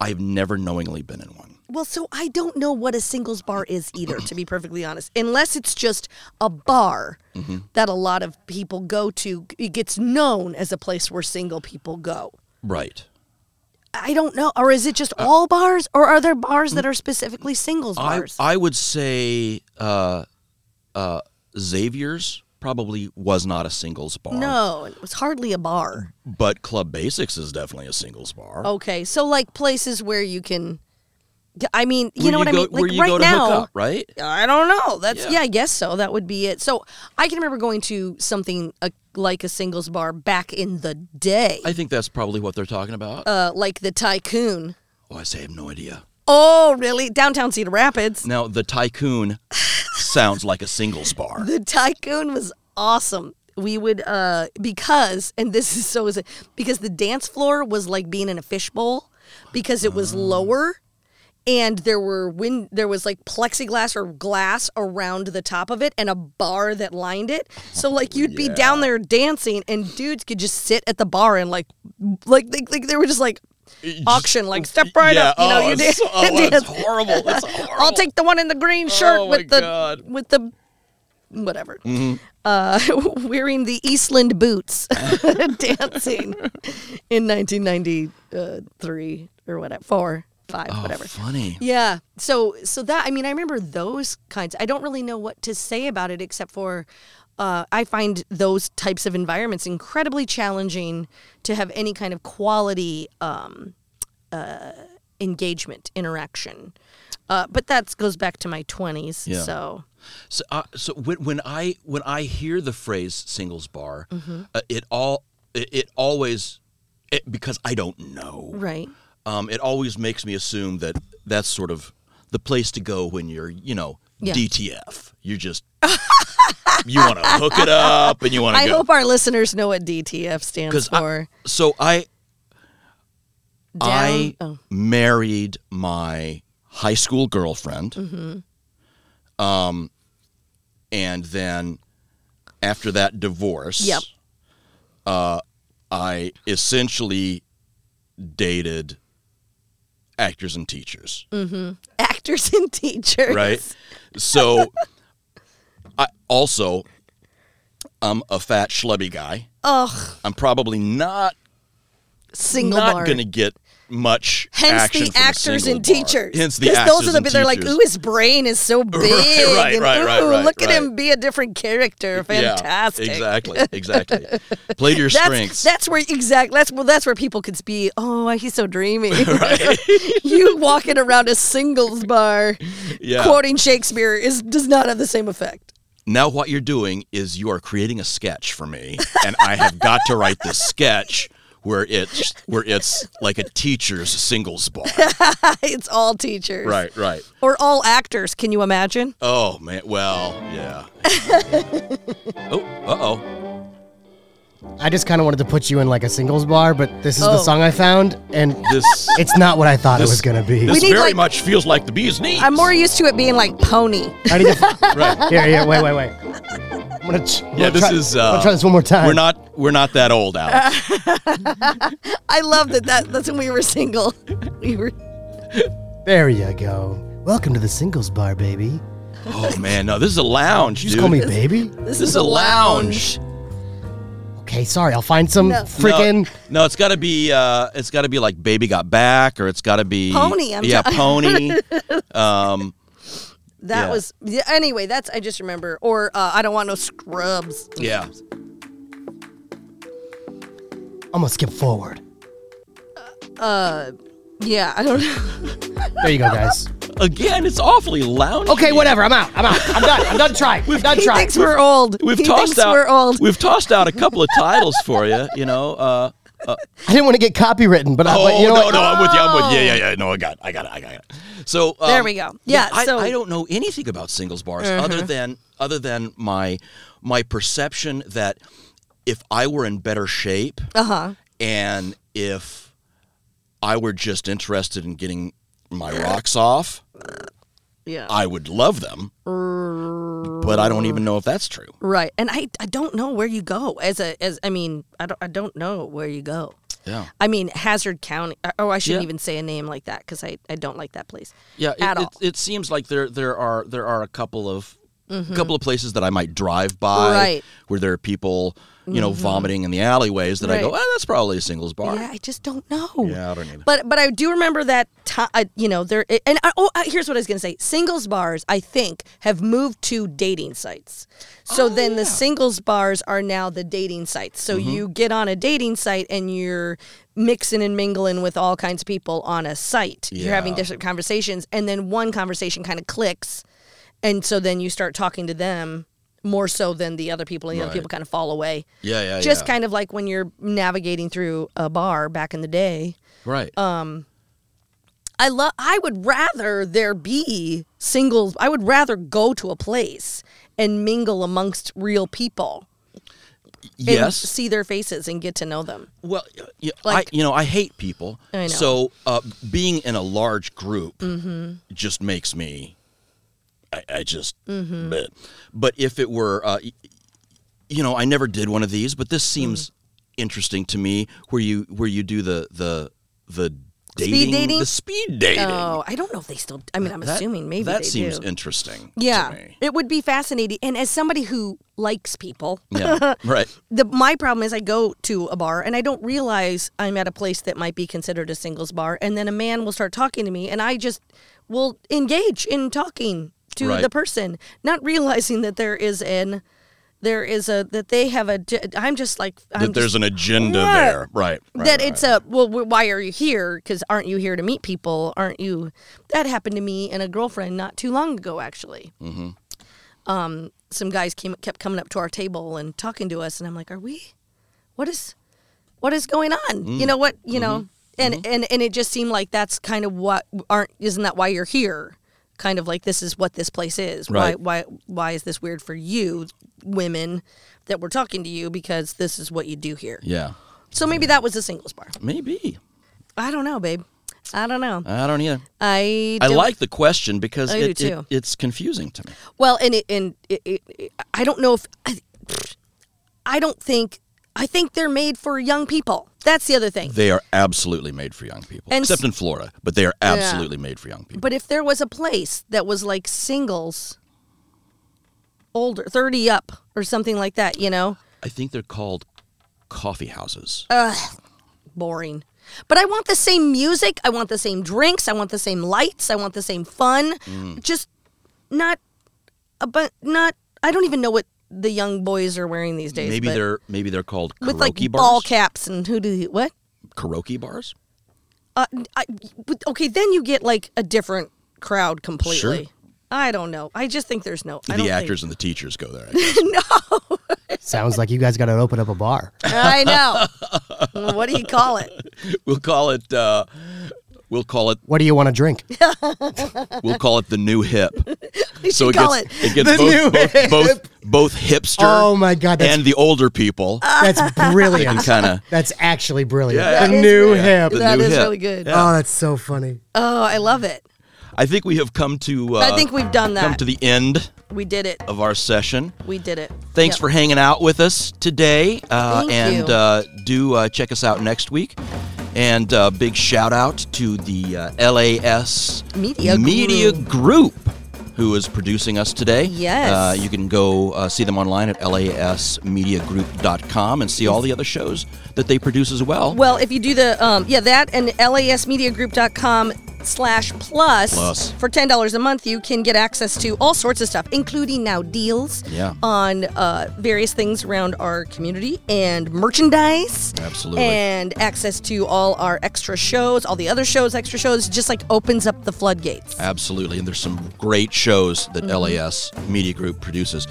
[SPEAKER 4] i've never knowingly been in one
[SPEAKER 5] Well, so I don't know what a singles bar is either, to be perfectly honest, unless it's just a bar
[SPEAKER 4] Mm-hmm.
[SPEAKER 5] that a lot of people go to. It gets known as a place where single people go.
[SPEAKER 4] right
[SPEAKER 5] I don't know. Or is it just all bars, or are there bars that are specifically singles
[SPEAKER 4] Uh, Mm, I,
[SPEAKER 5] bars?
[SPEAKER 4] I would say uh, uh, Xavier's probably was not a singles bar. Mm,
[SPEAKER 5] no, it was hardly a bar.
[SPEAKER 4] But Club Basics is definitely a singles bar.
[SPEAKER 5] Okay, so like places where you can. I mean, you
[SPEAKER 4] Where
[SPEAKER 5] know what
[SPEAKER 4] go-
[SPEAKER 5] I mean. Like
[SPEAKER 4] where you
[SPEAKER 5] right
[SPEAKER 4] go to
[SPEAKER 5] now,
[SPEAKER 4] hook up, right?
[SPEAKER 5] I don't know. That's
[SPEAKER 4] Yeah.
[SPEAKER 5] yeah. I guess so. That would be it. So I can remember going to something uh, like a singles bar back in the day,
[SPEAKER 4] I think that's probably what they're talking about.
[SPEAKER 5] uh, like the Tycoon.
[SPEAKER 4] oh, I say I have no idea.
[SPEAKER 5] Oh, really? Downtown Cedar Rapids.
[SPEAKER 4] Now, the Tycoon sounds like a singles bar.
[SPEAKER 5] The Tycoon was awesome. We would uh because and this is so is it because the dance floor was like being in a fishbowl because it was
[SPEAKER 4] Oh.
[SPEAKER 5] lower and there were wind there was like plexiglass or glass around the top of it and a bar that lined it
[SPEAKER 4] Oh,
[SPEAKER 5] so like you'd be down there dancing and dudes could just sit at the bar and like like like, like they were just like auction like step right
[SPEAKER 4] yeah,
[SPEAKER 5] up you know
[SPEAKER 4] oh,
[SPEAKER 5] you
[SPEAKER 4] it's-
[SPEAKER 5] dan-
[SPEAKER 4] oh, it's
[SPEAKER 5] dance.
[SPEAKER 4] horrible. It's horrible.
[SPEAKER 5] I'll take the one in the green shirt
[SPEAKER 4] Oh, my
[SPEAKER 5] with the
[SPEAKER 4] God.
[SPEAKER 5] with the whatever. Uh, wearing the Eastland boots, dancing in 1993 or whatever, four, five,
[SPEAKER 4] Oh,
[SPEAKER 5] whatever.
[SPEAKER 4] funny.
[SPEAKER 5] Yeah. So so that I mean I remember those kinds. I don't really know what to say about it except for uh, I find those types of environments incredibly challenging to have any kind of quality um, uh, engagement interaction. Uh, but that goes back to my twenties.
[SPEAKER 4] Yeah.
[SPEAKER 5] So
[SPEAKER 4] So, uh, so when, when I when I hear the phrase singles bar,
[SPEAKER 5] Mm-hmm.
[SPEAKER 4] uh, it all it, it always it, because I don't know.
[SPEAKER 5] right.
[SPEAKER 4] um, it always makes me assume that that's sort of the place to go when you're, you know,
[SPEAKER 5] Yeah.
[SPEAKER 4] DTF. You're just you want to hook it up and you want
[SPEAKER 5] I
[SPEAKER 4] to go.
[SPEAKER 5] hope our listeners know what DTF stands
[SPEAKER 4] 'Cause I-
[SPEAKER 5] for.
[SPEAKER 4] so I
[SPEAKER 5] Down-
[SPEAKER 4] I
[SPEAKER 5] oh.
[SPEAKER 4] married my high school girlfriend. Um,
[SPEAKER 5] Mm-hmm.
[SPEAKER 4] and then after that divorce,
[SPEAKER 5] Yep.
[SPEAKER 4] uh, I
[SPEAKER 5] Mm-hmm.
[SPEAKER 4] essentially dated actors and teachers.
[SPEAKER 5] Act doctors and teachers.
[SPEAKER 4] right? So, I also, I'm a fat schlubby guy.
[SPEAKER 5] Ugh,
[SPEAKER 4] I'm probably not
[SPEAKER 5] single
[SPEAKER 4] not
[SPEAKER 5] bar.
[SPEAKER 4] going to get much
[SPEAKER 5] Hence
[SPEAKER 4] action
[SPEAKER 5] the
[SPEAKER 4] from a
[SPEAKER 5] actors
[SPEAKER 4] single
[SPEAKER 5] and
[SPEAKER 4] bar.
[SPEAKER 5] teachers.
[SPEAKER 4] Hence the
[SPEAKER 5] 'Cause
[SPEAKER 4] actors
[SPEAKER 5] those are the
[SPEAKER 4] and
[SPEAKER 5] bit they're like,
[SPEAKER 4] teachers.
[SPEAKER 5] ooh, his brain is so big.
[SPEAKER 4] right,
[SPEAKER 5] and,
[SPEAKER 4] right, right,
[SPEAKER 5] ooh,
[SPEAKER 4] right,
[SPEAKER 5] look at
[SPEAKER 4] right.
[SPEAKER 5] him be a different character.
[SPEAKER 4] Yeah,
[SPEAKER 5] Fantastic.
[SPEAKER 4] exactly, exactly. Play to your
[SPEAKER 5] That's,
[SPEAKER 4] strengths.
[SPEAKER 5] that's where exact that's well that's where people could be. Oh, he's so dreamy. you walking around a singles bar,
[SPEAKER 4] Yeah.
[SPEAKER 5] quoting Shakespeare is does not have the same effect.
[SPEAKER 4] now what you're doing is you are creating a sketch for me and i have got to write this sketch where it's where it's like a teacher's singles bar
[SPEAKER 5] it's all teachers,
[SPEAKER 4] right right
[SPEAKER 5] Or all actors. Can you imagine?
[SPEAKER 4] oh man well yeah oh uh-oh
[SPEAKER 6] I just kind of wanted to put you in like a singles bar, but this is the
[SPEAKER 5] Oh.
[SPEAKER 6] song I found, and
[SPEAKER 4] this
[SPEAKER 6] it's not what I thought it was going to be.
[SPEAKER 4] this
[SPEAKER 5] need,
[SPEAKER 4] very
[SPEAKER 5] like-
[SPEAKER 4] much feels like the bee's knees
[SPEAKER 5] I'm more used to it being like pony.
[SPEAKER 6] I need to,
[SPEAKER 4] right
[SPEAKER 6] here, here, wait, wait, wait. I'm gonna. Ch- I'm
[SPEAKER 4] yeah
[SPEAKER 6] gonna
[SPEAKER 4] this
[SPEAKER 6] try,
[SPEAKER 4] is
[SPEAKER 6] I'm
[SPEAKER 4] uh
[SPEAKER 6] gonna try this one more time.
[SPEAKER 4] we're not we're not that old alex
[SPEAKER 5] I love that, that that's when we were single. We were
[SPEAKER 6] There you go. Welcome to the singles bar, baby.
[SPEAKER 4] oh man no this is a lounge
[SPEAKER 6] You
[SPEAKER 4] dude.
[SPEAKER 6] just call me baby.
[SPEAKER 5] this,
[SPEAKER 4] this is a lounge
[SPEAKER 6] Okay, sorry. I'll find some freaking.
[SPEAKER 4] No, no, it's got to be. Uh, it's got to be like "Baby Got Back" or it's got to be
[SPEAKER 5] Pony, I'm
[SPEAKER 4] yeah,
[SPEAKER 5] try-
[SPEAKER 4] pony. Um,
[SPEAKER 5] That
[SPEAKER 4] Yeah.
[SPEAKER 5] was yeah, anyway, that's I just remember. Or uh, I don't want no scrubs.
[SPEAKER 4] yeah,
[SPEAKER 6] I'm gonna skip forward.
[SPEAKER 5] Yeah, I don't know.
[SPEAKER 6] There you go, guys.
[SPEAKER 4] again, it's awfully lounge.
[SPEAKER 6] Okay, whatever. I'm out. I'm out. I'm done. I'm done trying. I'm done
[SPEAKER 5] He
[SPEAKER 6] trying.
[SPEAKER 5] thinks we're old.
[SPEAKER 4] We've
[SPEAKER 5] he
[SPEAKER 4] tossed
[SPEAKER 5] thinks
[SPEAKER 4] out.
[SPEAKER 5] we're old.
[SPEAKER 4] We've tossed out a couple of titles for you. You know. Uh,
[SPEAKER 6] I didn't want to get copywritten, but, I, Uh, but you know
[SPEAKER 4] Oh, no,
[SPEAKER 6] what?
[SPEAKER 4] no, I'm with you. I'm with you. Yeah, yeah, yeah. No, I got, it, I got it, I got it. So um,
[SPEAKER 5] There we go. Yeah,
[SPEAKER 4] I,
[SPEAKER 5] so- Mm-hmm.
[SPEAKER 4] I don't know anything about singles bars other than other than my my perception that if I were in better shape,
[SPEAKER 5] Uh-huh.
[SPEAKER 4] and if I were just interested in getting my rocks off,
[SPEAKER 5] Yeah.
[SPEAKER 4] I would love them. But I don't even know if that's true.
[SPEAKER 5] Uh, right. And I, I don't know where you go as a as I mean, I don't I don't know where you go.
[SPEAKER 4] Yeah,
[SPEAKER 5] I mean, Hazard County. Oh, I shouldn't
[SPEAKER 4] Yeah.
[SPEAKER 5] even say a name like that because I, I don't like that place.
[SPEAKER 4] yeah.
[SPEAKER 5] At
[SPEAKER 4] it,
[SPEAKER 5] all.
[SPEAKER 4] It, it seems like there there are there are a couple of couple of places that I might drive by
[SPEAKER 5] Mm-hmm. Right. Mm-hmm.
[SPEAKER 4] where there are people you know vomiting in the alleyways that I go,
[SPEAKER 5] Right.
[SPEAKER 4] oh, that's probably a singles bar.
[SPEAKER 5] Yeah, I just don't know.
[SPEAKER 4] Yeah, I don't either.
[SPEAKER 5] But but I do remember that time. you know, there and I, oh, I- here's what I was gonna say. Singles bars, I think, have moved to dating sites.
[SPEAKER 4] Oh,
[SPEAKER 5] So then the singles bars are now the dating sites. So
[SPEAKER 4] Mm-hmm.
[SPEAKER 5] you get on a dating site and you're mixing and mingling with all kinds of people on a site. You're having
[SPEAKER 4] Yeah.
[SPEAKER 5] different conversations, and then one conversation kind of clicks, and so then you start talking to them more so than the other people. And the other
[SPEAKER 4] Right.
[SPEAKER 5] people kind of fall away.
[SPEAKER 4] Yeah, yeah,
[SPEAKER 5] Just
[SPEAKER 4] yeah.
[SPEAKER 5] kind of like when you're navigating through a bar back in the day.
[SPEAKER 4] Right.
[SPEAKER 5] uh, I love. I would rather there be singles. I would rather go to a place and mingle amongst real people. and
[SPEAKER 4] yes.
[SPEAKER 5] see their faces and get to know them.
[SPEAKER 4] Well, y- y-
[SPEAKER 5] Like-
[SPEAKER 4] I, you know, I hate people.
[SPEAKER 5] I know.
[SPEAKER 4] So uh, being in a large group
[SPEAKER 5] Mm-hmm.
[SPEAKER 4] just makes me. I, I just.
[SPEAKER 5] Mm-hmm.
[SPEAKER 4] bleh. But if it were, uh, y- you know, I never did one of these, but this seems
[SPEAKER 5] Mm-hmm.
[SPEAKER 4] interesting to me. Where you where you do the the the dating,
[SPEAKER 5] dating?
[SPEAKER 4] the speed dating.
[SPEAKER 5] Oh, I don't know if they still. I mean, I'm
[SPEAKER 4] That-
[SPEAKER 5] assuming maybe
[SPEAKER 4] that
[SPEAKER 5] they
[SPEAKER 4] seems
[SPEAKER 5] do.
[SPEAKER 4] interesting.
[SPEAKER 5] yeah,
[SPEAKER 4] To me.
[SPEAKER 5] it would be fascinating. And as somebody who likes people,
[SPEAKER 4] Yeah. right.
[SPEAKER 5] the my problem is I go to a bar and I don't realize I'm at a place that might be considered a singles bar, and then a man will start talking to me, and I just will engage in talking to
[SPEAKER 4] Right.
[SPEAKER 5] the person, not realizing that there is an there is a that they have a. ge- I'm just like I'm
[SPEAKER 4] That there's
[SPEAKER 5] just,
[SPEAKER 4] an agenda
[SPEAKER 5] Yeah.
[SPEAKER 4] there. Right. right
[SPEAKER 5] that
[SPEAKER 4] right.
[SPEAKER 5] it's a well wh- why are you here because aren't you here to meet people aren't you that happened to me and a girlfriend not too long ago actually mm-hmm. um, some guys came kept coming up to our table and talking to us and i'm like are we what is what is going on
[SPEAKER 4] Mm.
[SPEAKER 5] you know what you
[SPEAKER 4] Mm-hmm.
[SPEAKER 5] know and, and and it just seemed like that's kind of what aren't isn't that why you're here kind of like this is what this place is
[SPEAKER 4] Right.
[SPEAKER 5] why why why is this weird for you women that we're talking to you because this is what you do here
[SPEAKER 4] Yeah.
[SPEAKER 5] so maybe that was a singles bar
[SPEAKER 4] Maybe.
[SPEAKER 5] I don't know, babe. I don't know.
[SPEAKER 4] I don't either.
[SPEAKER 5] I,
[SPEAKER 4] I
[SPEAKER 5] don't-
[SPEAKER 4] like the question because
[SPEAKER 5] I
[SPEAKER 4] it,
[SPEAKER 5] do
[SPEAKER 4] it-
[SPEAKER 5] too.
[SPEAKER 4] it's confusing to me.
[SPEAKER 5] Well, and it and it, it, it- I don't know if I, I don't think I think they're made for young people. That's the other thing.
[SPEAKER 4] They are absolutely made for young people,
[SPEAKER 5] And
[SPEAKER 4] except
[SPEAKER 5] s-
[SPEAKER 4] in Florida, but they are absolutely made for young people.
[SPEAKER 5] But if there was a place that was like singles, older, 30 up or something like that, you know?
[SPEAKER 4] I think they're called coffee houses.
[SPEAKER 5] Oh, Boring. But I want the same music. I want the same drinks. I want the same lights. I want the same fun.
[SPEAKER 4] Mm.
[SPEAKER 5] Just not, a but not, I don't even know what the young boys are wearing these days.
[SPEAKER 4] maybe
[SPEAKER 5] but
[SPEAKER 4] they're maybe they're called karaoke
[SPEAKER 5] with like
[SPEAKER 4] bars.
[SPEAKER 5] ball caps and who do what?
[SPEAKER 4] karaoke bars.
[SPEAKER 5] Uh, I, but- okay, then you get like a different crowd completely. I don't know. I just think there's no. I don't
[SPEAKER 4] the
[SPEAKER 5] think-
[SPEAKER 4] actors and the teachers go there.
[SPEAKER 6] Sounds like you guys got to open up a bar.
[SPEAKER 5] I know. what do you call it?
[SPEAKER 4] we'll call it. Uh, we'll call it.
[SPEAKER 6] What do you want to drink?
[SPEAKER 4] We'll call it the new hip.
[SPEAKER 5] You
[SPEAKER 4] So
[SPEAKER 5] should
[SPEAKER 4] it
[SPEAKER 5] call
[SPEAKER 4] gets
[SPEAKER 5] it.
[SPEAKER 4] gets
[SPEAKER 6] The new
[SPEAKER 4] both, both,
[SPEAKER 6] hip.
[SPEAKER 4] both both hipster
[SPEAKER 6] Oh my God, that's-
[SPEAKER 4] and the older people
[SPEAKER 6] That's
[SPEAKER 4] and
[SPEAKER 6] brilliant.
[SPEAKER 4] kind of
[SPEAKER 6] That's actually brilliant.
[SPEAKER 4] Yeah,
[SPEAKER 6] the
[SPEAKER 5] yeah.
[SPEAKER 6] new
[SPEAKER 4] Yeah.
[SPEAKER 6] hip.
[SPEAKER 4] The
[SPEAKER 5] That
[SPEAKER 4] new
[SPEAKER 5] is
[SPEAKER 4] hip.
[SPEAKER 5] really good.
[SPEAKER 4] Yeah.
[SPEAKER 6] Oh, that's so funny.
[SPEAKER 5] Oh, I love it.
[SPEAKER 4] I think we have come to. Uh,
[SPEAKER 5] I think we've done
[SPEAKER 4] come
[SPEAKER 5] that.
[SPEAKER 4] to the end
[SPEAKER 5] we did it.
[SPEAKER 4] of our session.
[SPEAKER 5] We did it.
[SPEAKER 4] Thanks
[SPEAKER 5] Yep.
[SPEAKER 4] for hanging out with us today, uh,
[SPEAKER 5] Thank
[SPEAKER 4] and
[SPEAKER 5] you.
[SPEAKER 4] uh, do uh, check us out next week. And uh, big shout out to the uh, LAS
[SPEAKER 5] Media Group.
[SPEAKER 4] Group, who is producing us today.
[SPEAKER 5] Yes.
[SPEAKER 4] Uh, you can go uh, see them online at lasmediagroup.com and see all the other shows that they produce as well.
[SPEAKER 5] Well, if you do the um, yeah that and lasmediagroup.com slash plus,
[SPEAKER 4] Plus.
[SPEAKER 5] for ten dollars a month, you can get access to all sorts of stuff, including now deals
[SPEAKER 4] Yeah.
[SPEAKER 5] on uh, various things around our community and merchandise.
[SPEAKER 4] Absolutely.
[SPEAKER 5] And access to all our extra shows, all the other shows, extra shows, just like opens up the floodgates.
[SPEAKER 4] Absolutely. And there's some great shows
[SPEAKER 5] Mm-hmm.
[SPEAKER 4] that LAS Media Group produces.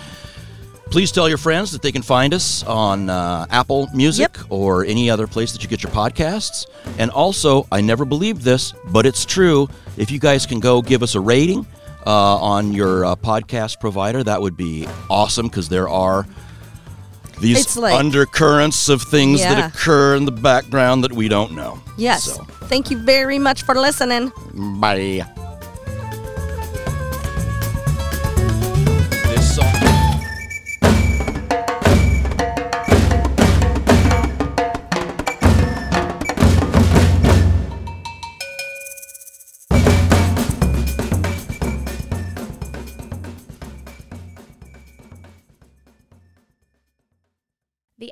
[SPEAKER 4] Please tell your friends that they can find us on uh, Apple Music
[SPEAKER 5] Yep.
[SPEAKER 4] or any other place that you get your podcasts. And also, I never believed this, but it's true. If you guys can go give us a rating uh, on your uh, podcast provider, that would be awesome because there are these
[SPEAKER 5] It's like-
[SPEAKER 4] undercurrents of things
[SPEAKER 5] Yeah.
[SPEAKER 4] that occur in the background that we don't know.
[SPEAKER 5] Yes.
[SPEAKER 4] So,
[SPEAKER 5] Thank you very much for listening.
[SPEAKER 4] bye. This song.
[SPEAKER 1] The